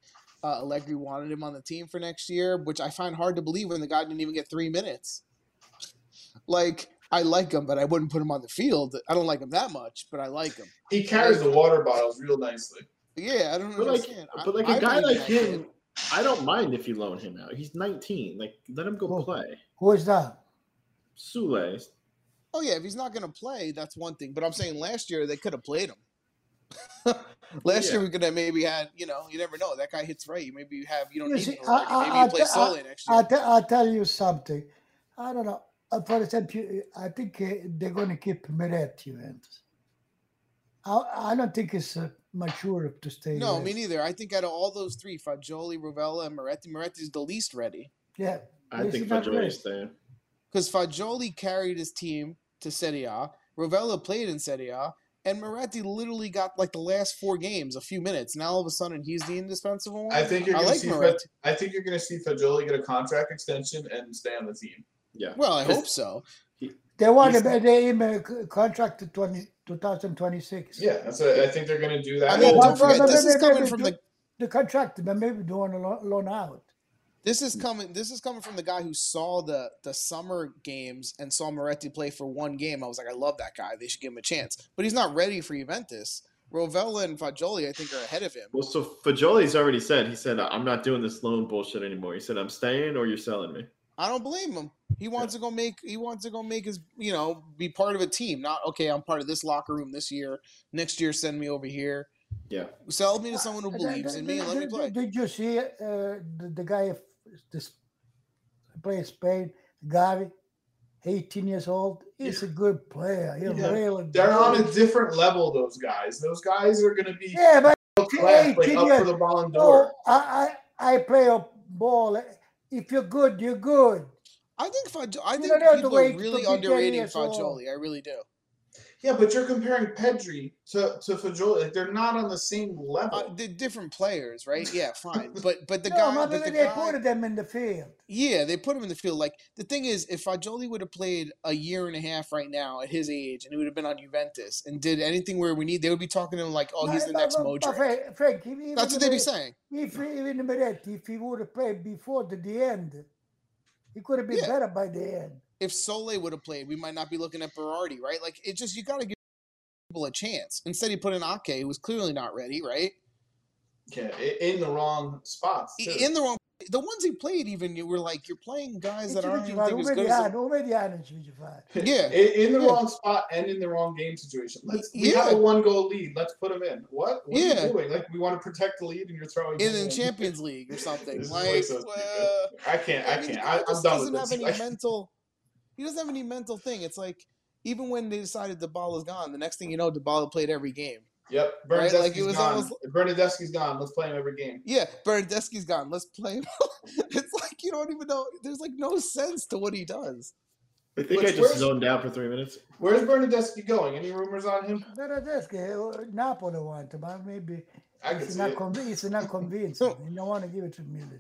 S1: uh, Allegri wanted him on the team for next year, which I find hard to believe when the guy didn't even get three minutes. Like I like him, but I wouldn't put him on the field. I don't like him that much, but I like him.
S2: He carries the water bottles real nicely.
S1: Yeah, I don't
S3: But like,
S1: understand. I-
S3: but like
S1: I
S3: a guy
S1: believe
S3: like
S1: in that kid.
S3: him, I don't mind if you loan him out. He's 19. Like, let him go
S4: Cool.
S3: play.
S4: Who is that?
S3: Sule.
S1: Oh yeah, if he's not going to play, that's one thing. But I'm saying last year they could have played him. last year
S3: Yeah.
S1: we could have maybe had you know you never know that guy hits right. You maybe you have you don't
S4: You
S1: need
S4: see,
S1: him.
S4: I- I-
S1: maybe
S4: I-
S1: you play
S4: I-
S1: Sole next year.
S4: I te- I'll tell you something. I don't know. Uh, For example, you- I think uh, they're going to keep Meret Juventus. I, I don't think it's uh, mature to stay.
S1: No,
S4: with.
S1: me neither. I think out of all those three, Fagioli, Rovella, and Moretti, Moretti's the least ready.
S4: Yeah,
S3: I
S4: This
S3: think
S4: is not
S3: Fagioli
S4: great.
S3: is there.
S1: because Fagioli carried his team to Serie A. Rovella played in Serie A, and Moretti literally got like the last four games, a few minutes. Now all of a sudden he's the indispensable one.
S2: I think you're
S1: I
S2: gonna
S1: like
S2: see.
S1: Moretti.
S2: Fa- I think you're gonna see Fagioli get a contract extension and stay on the team.
S3: Yeah.
S1: Well, I
S3: This-
S1: hope so.
S4: they want
S3: He's-
S4: to they him a c- contract to 20, 2026.
S2: Yeah, that's. What, I think they're gonna do that.
S1: I mean, don't
S4: Well, but- but-
S1: forget
S4: but-
S1: this is
S4: but-
S1: coming
S4: but-
S1: from
S4: but-
S1: the
S4: The contract, but maybe they want to lo- loan out.
S1: this is coming this is coming from the guy who saw the the summer games and saw Moretti play for one game. I was like, I love that guy. They should give him a chance. But he's not ready for Juventus. Rovella and Fagioli, I think, are ahead of him.
S3: Well, so Fajoli's already said he said I'm not doing this loan bullshit anymore. He said I'm staying or you're selling me.
S1: I don't blame him. He wants to go make he wants to go make his you know be part of a team. Not okay. I'm part of this locker room this year. Next year, send me over here.
S3: Yeah.
S1: Sell me to someone who
S4: Uh,
S1: believes
S4: did-
S1: in me and let me
S4: did-
S1: play.
S4: Did you see uh, the, the guy f- this plays Spain, Gavi, 18 years old? He's a good player. He's
S2: Yeah.
S4: really
S2: They're on
S4: good.
S2: a different level. Those guys. Those guys are gonna be
S4: Yeah, but
S2: world class, like
S4: hey,
S2: up for
S4: Gideon.
S2: the Ballon
S4: no,
S2: d'Or.
S4: I, I, I play a ball. If you're good, you're good.
S1: I think Faj- I
S4: You
S1: think
S4: don't have to
S1: people
S4: wait
S1: are
S4: till
S1: really
S4: you get
S1: underrating
S4: here, so-
S1: Fagioli. I really do.
S2: Yeah, but you're comparing Pedri to to Fagioli. Like they're not on the same level.
S1: Uh, they're different players, right? Yeah, fine. But but the
S4: no,
S1: guy,
S4: but
S1: but the
S4: they
S1: guy,
S4: put them in the field.
S1: Yeah, they put him in the field. Like the thing is, if Fagioli would have played a year and a half right now at his age, and he would have been on Juventus and did anything where we need, they would be talking to him like, "Oh,
S4: No,
S1: he's the
S4: but-
S1: next
S4: but- but
S1: Modric."
S4: Frank, Frank, even
S1: That's what they'd be
S4: Moretti-
S1: saying.
S4: If even Moretti, if he would have played before the, the end, he could have been
S1: Yeah.
S4: better by the end.
S1: if Sole would have played, we might not be looking at Berardi, right? Like it just you got to give people a chance. Instead, he put in Ake, who was clearly not ready, right?
S2: Yeah, i- in the wrong spots.
S1: I-
S2: too.
S1: In the wrong. The ones he played, even you were like, you're playing guys that
S4: It's
S1: aren't
S4: Luigi
S1: even
S4: Vara,
S1: think as
S4: already
S1: good as.
S4: had- already had it, Luigi Vara.
S1: Yeah.
S2: I- in, the
S1: Yeah.
S2: wrong spot and in the wrong game situation. Let's we
S1: Yeah.
S2: have a one goal lead. Let's put them in. What? What are
S1: Yeah.
S2: you doing? Like we want to protect the lead and you're throwing.
S1: In
S2: them
S1: the Champions League or something,
S2: This is
S1: like,
S2: like so stupid.
S1: well,
S2: I can't. I
S1: mean, the
S2: can't.
S1: guy
S2: I, I'm
S1: just
S2: done with
S1: doesn't have
S2: this.
S1: any
S2: Like,
S1: mental. He doesn't have any mental thing. It's like even when they decided Dybala's gone, the next thing you know, Dybala played every game.
S2: yep.
S1: Right,
S2: Bernadeschi's
S1: like, it was
S2: gone.
S1: almost-
S2: Bernadeschi's gone. Let's play him every game.
S1: Yeah, Bernadeschi's gone. Let's play him. it's like you don't even know. There's like no sense to what he does.
S3: I think
S2: Which-
S3: I
S2: where's-
S3: just zoned out for three minutes.
S2: Where's Bernadeschi going? Any rumors on him?
S4: Bernardeschi, uh, Napoli want him, but maybe
S2: I can
S4: it's
S2: see
S4: not,
S2: it.
S4: conv- it's not convinced.
S1: So-
S4: you don't want to give it to Milan.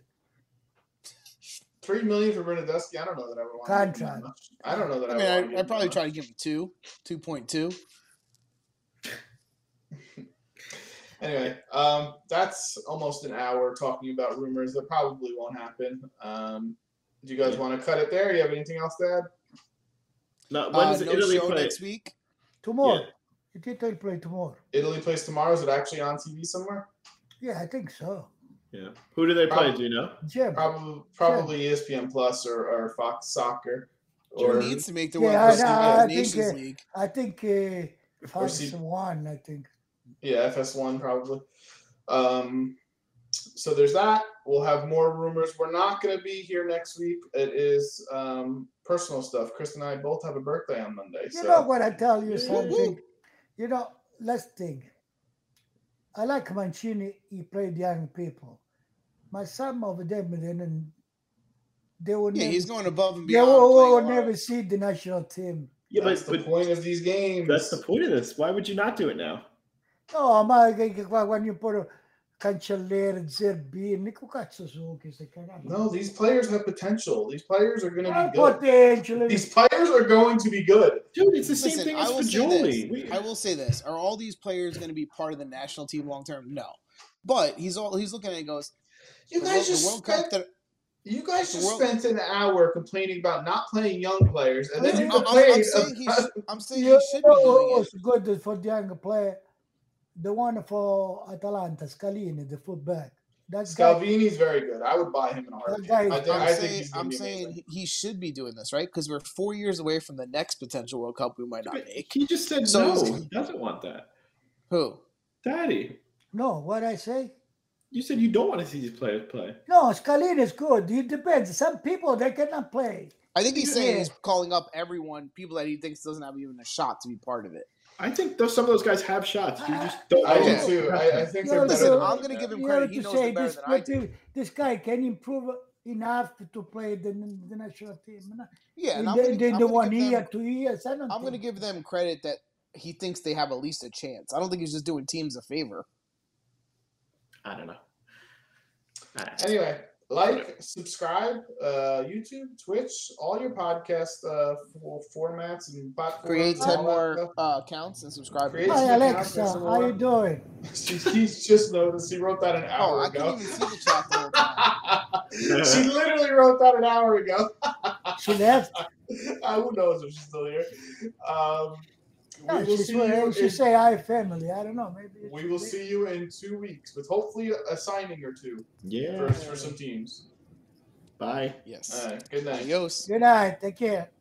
S2: Three million for Bernadeschi. I don't know that I would want. to give him that
S4: Contract.
S2: much. I don't know that I,
S1: I mean,
S2: would want to give
S1: I, I
S2: him that
S1: probably
S2: much.
S1: try to give him two, two point two.
S2: Anyway, um, that's almost an hour talking about rumors that probably won't happen. Um, do you guys
S3: Yeah.
S2: want to cut it there? You have anything else to add?
S3: No, when
S1: Uh,
S3: does
S1: no
S3: Italy
S1: show
S3: play?
S1: next week.
S4: Tomorrow. It did take play tomorrow.
S2: Italy plays tomorrow. Is it actually on TV somewhere?
S4: Yeah, I think so.
S3: Yeah. Who do they play?
S2: Probably-
S3: Do you know?
S4: Jim.
S2: Probably, probably E ESPN Plus or, or Fox Soccer or
S1: Who needs to make the
S4: Yeah,
S1: World
S4: I-
S1: Cup Stupid
S2: I-
S4: I think,
S1: Nations
S4: uh,
S1: League?
S4: I think uh,
S2: Or see-
S4: 5 1, I think.
S2: yeah FS1 probably. Um, so there's that. We'll have more rumors. We're not going to be here next week. It is um, personal stuff. Chris and I both have a birthday on Monday.
S4: You
S2: so Mm-hmm.
S4: know what I tell you
S2: Whoop,
S4: something?
S1: whoop.
S4: You know, let's think. I like Mancini, he played young people. My some of them didn't they were
S1: Yeah,
S4: never,
S1: he's going above and
S4: they
S1: beyond.
S4: will,
S1: playing a lot.
S4: never see the national team.
S3: Yeah,
S2: that's
S3: but,
S2: the point of these games.
S3: but that's the point of this. Why would you not do it now?
S4: No, Oh, ma che- che qua quando io poi cancelliere, zerbini, che cazzo sono queste cagate?
S2: No, these players have potential. These players are going to
S4: Ah,
S2: be good.
S4: potential.
S2: These players are going to be good.
S3: Dude, it's the same
S1: Listen,
S3: thing
S1: I
S3: as
S1: will
S3: for
S1: say
S3: Jolie. We-
S1: I will say this: Are all these players going to be part of the national team long term? No. But he's all he's looking at it and goes,
S2: You
S1: the,
S2: guys
S1: World,
S2: just
S1: the World
S2: spent,
S1: Cup that
S2: you guys
S1: the
S2: just
S1: World-
S2: spent an hour complaining about not playing young players, and then
S4: Listen,
S1: I- I'm,
S2: you
S1: I'm
S2: complained.
S1: saying he
S2: about-
S1: sh- I'm saying
S4: You
S1: he should be
S4: know what
S1: doing it.
S4: was Oh, good for the young player? The one for Atalanta, Scalini, the fullback. That's guy,
S2: Scalvini's very good. I would buy him in a heartbeat.
S4: guy
S2: I,
S4: is-
S2: think,
S1: I'm
S2: I think
S1: saying,
S2: he's going
S1: I'm
S2: to be
S1: saying
S2: amazing.
S1: he- he should be doing this, right? Because we're four years away from the next potential World Cup we might not
S3: but
S1: make.
S3: he just said
S1: So-
S3: no. He doesn't want that.
S1: Who?
S3: Daddy,
S4: no, what I say?
S3: you said you don't want to see these players play.
S4: No, Scalini is good. It depends. Some people they cannot play.
S1: I think he's saying
S4: Yeah.
S1: he's calling up everyone, people that he thinks doesn't have even a shot to be part of it.
S3: I think those, some of those guys have shots. You just don't.
S2: I
S1: Yeah.
S2: do too. I, I think
S4: Yeah,
S2: they're
S1: Listen,
S2: better.
S1: I'm
S2: than
S1: gonna give him
S4: You
S1: credit.
S4: have
S1: He
S4: to
S1: knows
S4: say
S1: it better
S4: this,
S1: than I
S4: but
S1: do.
S4: the- this guy can improve enough to, to play the, the national team.
S1: Yeah, and
S4: In
S1: I'm
S4: the,
S1: gonna,
S4: the-
S1: I'm
S4: the
S1: gonna
S4: one
S1: give them-
S4: year, two years. I don't.
S1: I'm going to
S4: think.
S1: give them credit that he thinks they have at least a chance. I don't think he's just doing teams a favor.
S3: I don't know. I don't know.
S2: Anyway, like, subscribe, uh, YouTube, Twitch, all your podcast uh, for formats and platforms.
S1: Create
S2: and all
S1: 10
S2: that
S1: more
S2: stuff.
S1: uh, accounts and subscribers.
S2: Create some
S4: Hi
S2: accounts
S4: Alexa,
S2: and some
S4: how you
S2: more-
S4: doing?
S2: She, he's just noticed. He wrote that an
S1: Oh,
S2: hour
S1: I couldn't
S2: ago.
S1: even see the chat the whole time.
S2: she literally wrote that an hour ago.
S4: She left.
S2: Uh, who knows if she's still here? Um,
S4: No,
S2: we will
S4: she,
S2: see you.
S4: she
S2: in-
S4: say hi family. I don't know. Maybe
S2: we will see you in two weeks with hopefully a signing or two
S3: Yeah.
S2: for, for some teams.
S3: Bye.
S1: Yes.
S2: All right, good night.
S1: Adios.
S4: Good night. Take care.